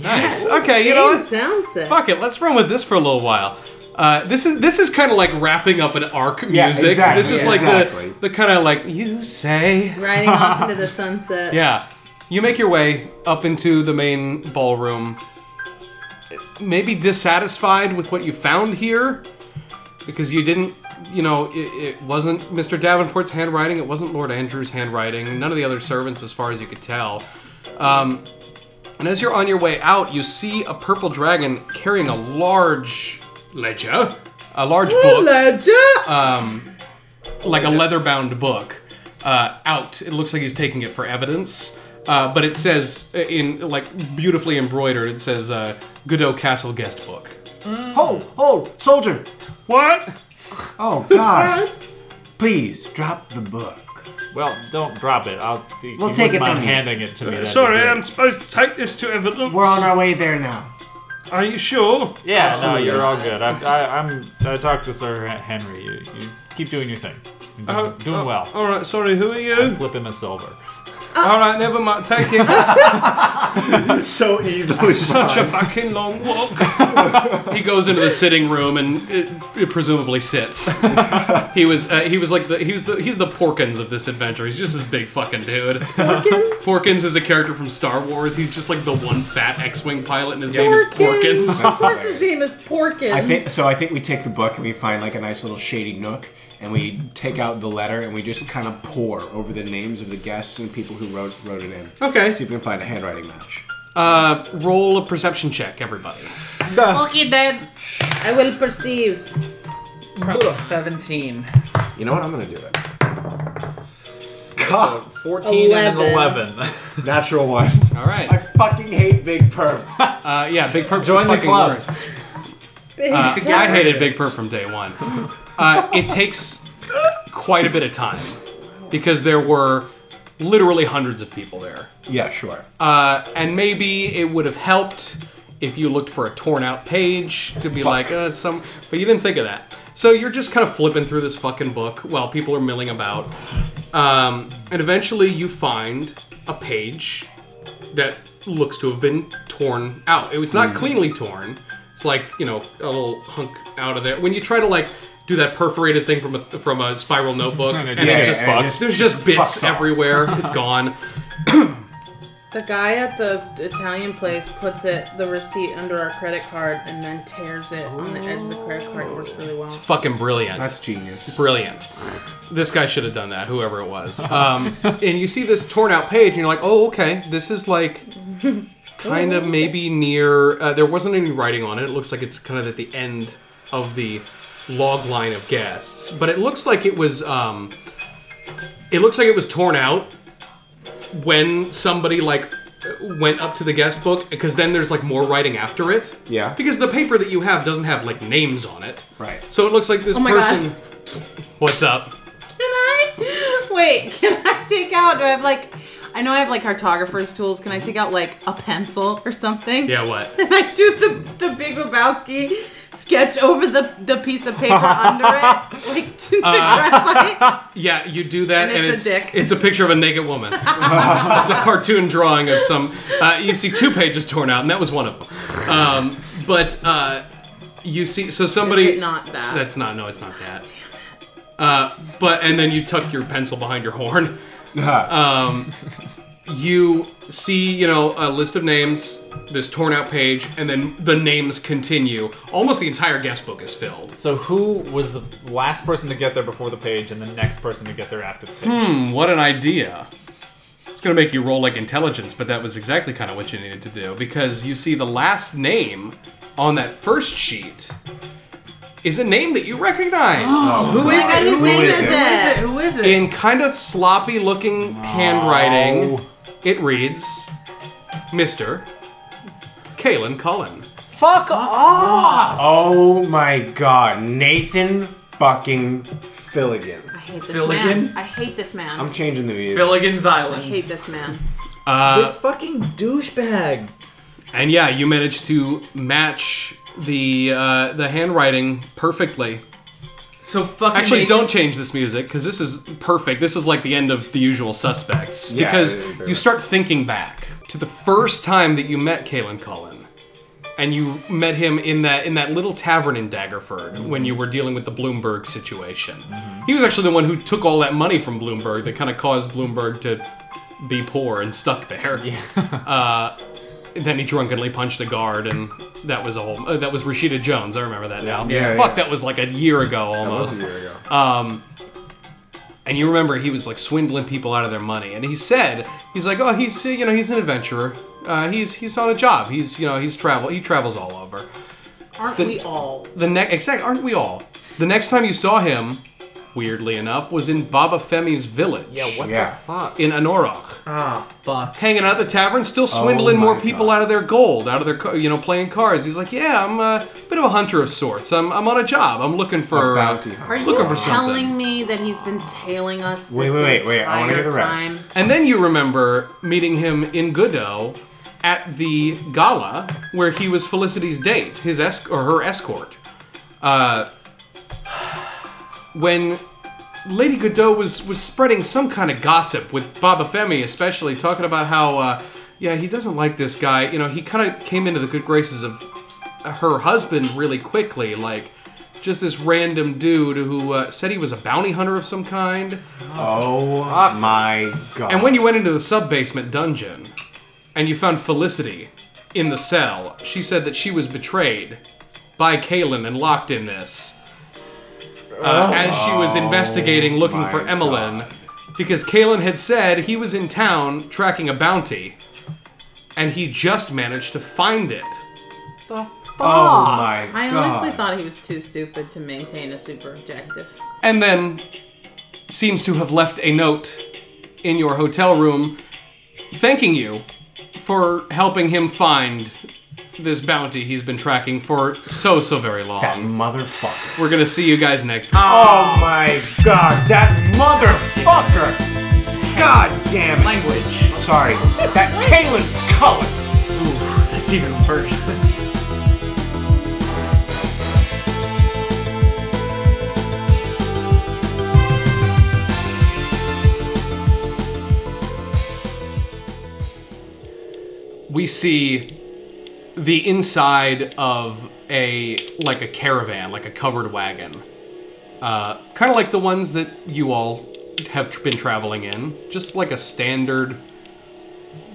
S6: Nice. Okay, you know what?
S8: Sound set.
S6: Fuck it. Let's run with this for a little while.
S3: Uh, this is this is kind of like wrapping up an arc music.
S7: Yeah, exactly,
S3: This is
S7: yeah,
S3: like
S7: exactly.
S3: the the kind of like you say.
S8: Riding off into the sunset.
S3: Yeah. You make your way up into the main ballroom. Maybe dissatisfied with what you found here because you didn't, you know, it, it wasn't Mr. Davenport's handwriting, it wasn't Lord Andrew's handwriting, none of the other servants as far as you could tell. Um, and as you're on your way out, you see a purple dragon carrying a large ledger, a large book Um, like a leather bound book uh, out. It looks like he's taking it for evidence. Uh, but it says in like beautifully embroidered. It says uh, Godot Castle guest book.
S7: Hold, hold, Oh, soldier.
S5: What?
S7: Oh God. Please drop the book.
S9: Well, don't drop it. I'll.
S7: We'll take it from you.
S9: handing it to me. that'd be
S10: Sorry,
S9: great.
S10: I'm supposed to take this to evidence.
S7: We're on our way there now.
S10: Are you sure?
S9: Yeah, no, you're all good. I, I, I'm. I talked to Sir Henry. You, you keep doing your thing. You're doing, doing
S6: oh,
S9: well.
S6: All right, sorry. Who are you?
S9: Flip him a silver.
S6: All right, never mind. Take it.
S7: So easily.
S6: Such a fucking long walk.
S3: He goes into the sitting room and it, it presumably sits. he was uh, he was like the he's the he's the Porkins of this adventure. He's just this big fucking dude. Porkins. Porkins is a character from Star Wars. He's just like the one fat X-wing pilot, and his name is Porkins.
S8: Of course his name is Porkins.
S7: I think so. I think we take the book and we find like a nice little shady nook, and we take out the letter and we just kind of pour over the names of the guests and people who wrote wrote it in.
S3: Okay.
S7: See if we can find a handwriting match.
S3: Uh, roll a perception check, everybody.
S8: Okay then. I will perceive.
S5: Probably 17.
S7: You know what? I'm gonna do it. God,
S9: 14 and an
S8: 11.
S9: 11.
S7: natural one.
S3: All right.
S7: I fucking hate Big Perp.
S3: Uh, yeah, Big Perp's
S9: Join
S3: the
S9: the
S3: fucking
S9: club.
S3: worst. Uh, I hated Big Perp from day one. Uh, it takes quite a bit of time because there were literally hundreds of people there.
S7: Yeah, sure.
S3: Uh, and maybe it would have helped if you looked for a torn out page to be like, uh, it's some. But you didn't think of that. So you're just kind of flipping through this fucking book while people are milling about. Um, and eventually you find a page that looks to have been torn out. It's not cleanly torn. It's like you know a little hunk out of there. When you try to like do that perforated thing from a from a spiral notebook, and it
S7: yeah,
S3: just
S7: and it
S3: fucks.
S7: just
S3: There's just bits
S7: fucks off.
S3: everywhere. It's gone.
S8: The guy at the Italian place puts it the receipt under our credit card and then tears it on the edge of the credit card. It works really well.
S3: Fucking brilliant.
S7: That's genius.
S3: brilliant. This guy should have done that, whoever it was. Um, and you see this torn out page, and you're like, oh, okay, this is like kind of maybe near. Uh, there wasn't any writing on it. It looks like it's kind of at the end of the log line of guests, but it looks like it was. Um, it looks like it was torn out when somebody like went up to the guest book because then there's like more writing after it.
S7: Yeah.
S3: Because the paper that you have doesn't have like names on it.
S7: Right.
S3: So it looks like this
S8: Oh my God.
S3: person. What's up?
S8: Can I? Wait, can I take out? Do I have like? I know I have like cartographer's tools. Can I take out like a pencil or something?
S3: Yeah, what?
S8: And I do the the Big Lebowski sketch over the the piece of paper under it, like to, to graph it.
S3: Yeah, you do that, and,
S8: And
S3: it's
S8: it's a dick.
S3: it's a picture of a naked woman. it's a cartoon drawing of some. Uh, you see two pages torn out, and that was one of them. Um, but uh, you see, so somebody.
S8: Is it not that?
S3: That's not. No, it's not that. Damn it. Uh, but and then you tuck your pencil behind your horn.
S7: uh,
S3: you see, you know, a list of names, this torn out page, and then the names continue. Almost the entire guest book is filled.
S9: So who was the last person to get there before the page, and the next person to get there after the page?
S6: Hmm.
S3: What an idea. It's going to make you roll like intelligence, but that was exactly kind of what you needed to do because you see the last name on that first sheet is a name that you recognize
S8: Who is it? Who is
S7: it?
S8: it?
S5: Who is it?
S3: in kind of sloppy looking handwriting. It reads Mr. Kalen Cullen.
S7: Oh my God, Nathan fucking Filligan.
S8: I hate this man. I hate this man.
S7: I'm changing the music.
S5: Billigan's
S8: I
S5: Island.
S8: hate this man.
S5: this fucking douchebag.
S3: And yeah, you managed to match the uh, the handwriting perfectly.
S5: So fucking.
S3: Actually,
S5: Nathan-
S3: don't change this music because this is perfect. This is like the end of the usual suspects
S7: Yeah,
S3: because
S7: it is very
S3: you start thinking back to the first time that you met Kalen Cullen, and you met him in that in that little tavern in Daggerford
S7: Mm-hmm.
S3: when you were dealing with the Bloomberg situation. Mm-hmm. He was actually the one who took all that money from Bloomberg that kind of caused Bloomberg to be poor and stuck there. Yeah. uh, and then he drunkenly punched a guard, and that was a whole. Uh, that was Rashida Jones. I remember that now.
S7: Yeah,
S3: Fuck,
S7: yeah.
S3: that was like a year ago
S7: That
S3: almost.
S7: was a year ago.
S3: And you remember he was like swindling people out of their money. And he said, he's like, oh, he's uh, you know he's an adventurer. Uh, he's he's on a job. He's you know he's travel. He travels all over.
S8: Aren't
S3: The-
S8: we all?
S3: The next exact aren't we all? The next time you saw him, weirdly enough, was in Baba Femi's village. Yeah,
S2: What
S7: Yeah.
S2: the fuck?
S3: In Anorach,
S9: Fuck.
S3: hanging out at the tavern, still swindling
S7: Oh my
S3: more people
S7: God.
S3: out of their gold, out of their ca- you know playing cards. He's like, yeah, I'm a bit of a hunter of sorts. I'm I'm on a job. I'm looking for
S7: A bounty
S3: uh,
S8: Are
S7: hunter.
S8: you
S3: looking for something.
S8: telling me that he's been tailing us
S7: Wait,
S8: this
S7: wait, wait, wait,
S8: entire
S7: I wanna get a rest.
S8: time?
S3: And then you remember meeting him in Goodo at the gala where he was Felicity's date, his esc- or her escort. Uh, when Lady Godot was was spreading some kind of gossip with Baba Femi, especially talking about how, uh, yeah, he doesn't like this guy. You know, he kind of came into the good graces of her husband really quickly, like. Just this random dude who uh, said he was a bounty hunter of some kind.
S7: Oh my god.
S3: And when you went into the sub basement dungeon and you found Felicity in the cell, she said that she was betrayed by Kalen and locked in this uh, as she was investigating looking
S7: Oh my
S3: for Emmeline
S7: God.
S3: because Kalen had said he was in town tracking a bounty and he just managed to find it.
S7: Oh my
S8: I
S7: god.
S8: honestly thought he was too stupid to maintain a super objective.
S3: and then seems to have left a note in your hotel room thanking you for helping him find this bounty he's been tracking for so so very long.
S7: that motherfucker.
S3: We're gonna see you guys next week.
S7: Oh my god, that motherfucker! God damn it.
S9: Language.
S7: Sorry, that Kalen Cullen!
S9: That's even worse.
S3: We see the inside of a like a caravan, like a covered wagon, uh, kind of like the ones that you all have tr- been traveling in, just like a standard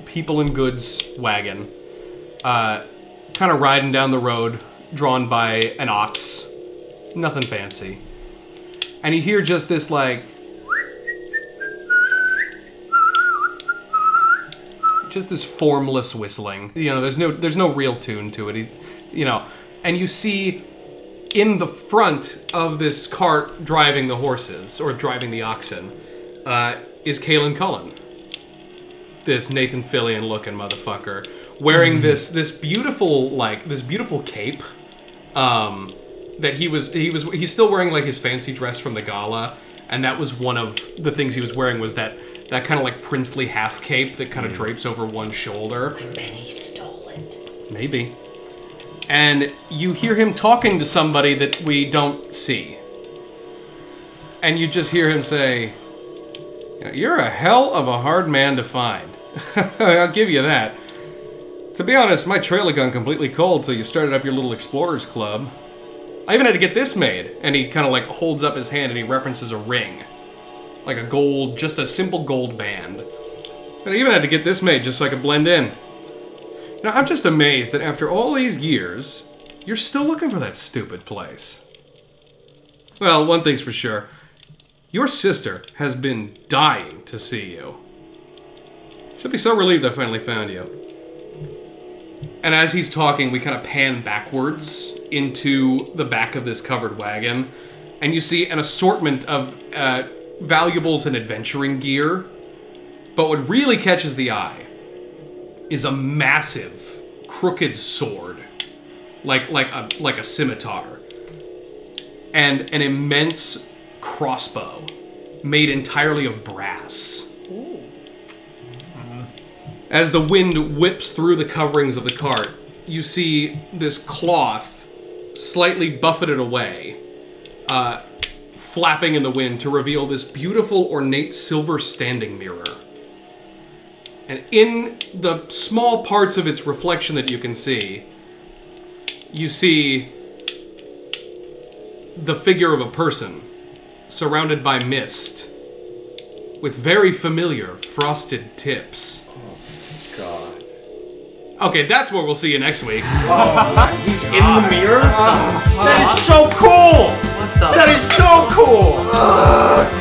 S3: people and goods wagon, uh, kind of riding down the road, drawn by an ox, nothing fancy, and you hear just this like. just this formless whistling. You know, there's no there's no real tune to it. He, you know, and you see in the front of this cart driving the horses or driving the oxen uh, is Kalen Cullen, this Nathan Fillion looking motherfucker, wearing this this beautiful like this beautiful cape. Um, that he was he was he's still wearing like his fancy dress from the gala and that was one of the things he was wearing was that that kind of like princely half cape that kind of drapes over one shoulder Maybe. And you hear him talking to somebody that we don't see. And you just hear him say, You're a hell of a hard man to find. I'll give you that. To be honest, my trail had gone completely cold till you started up your little explorers club. I even had to get this made. And he kind of like holds up his hand and he references a ring. Like a gold, just a simple gold band. And I even had to get this made just so I could blend in. Now, I'm just amazed that after all these years, you're still looking for that stupid place. Well, one thing's for sure your sister has been dying to see you. She'll be so relieved I finally found you. And as he's talking, we kind of pan backwards into the back of this covered wagon, and you see an assortment of uh, valuables and adventuring gear. But what really catches the eye is a massive crooked sword like like a like a scimitar and an immense crossbow made entirely of brass as the wind whips through the coverings of the cart you see this cloth slightly buffeted away uh, flapping in the wind to reveal this beautiful ornate silver standing mirror and in the small parts of its reflection that you can see, you see the figure of a person surrounded by mist with very familiar frosted tips.
S7: God.
S3: Okay, that's where we'll see you next week.
S7: He's in the mirror? That is so cool! That is so cool!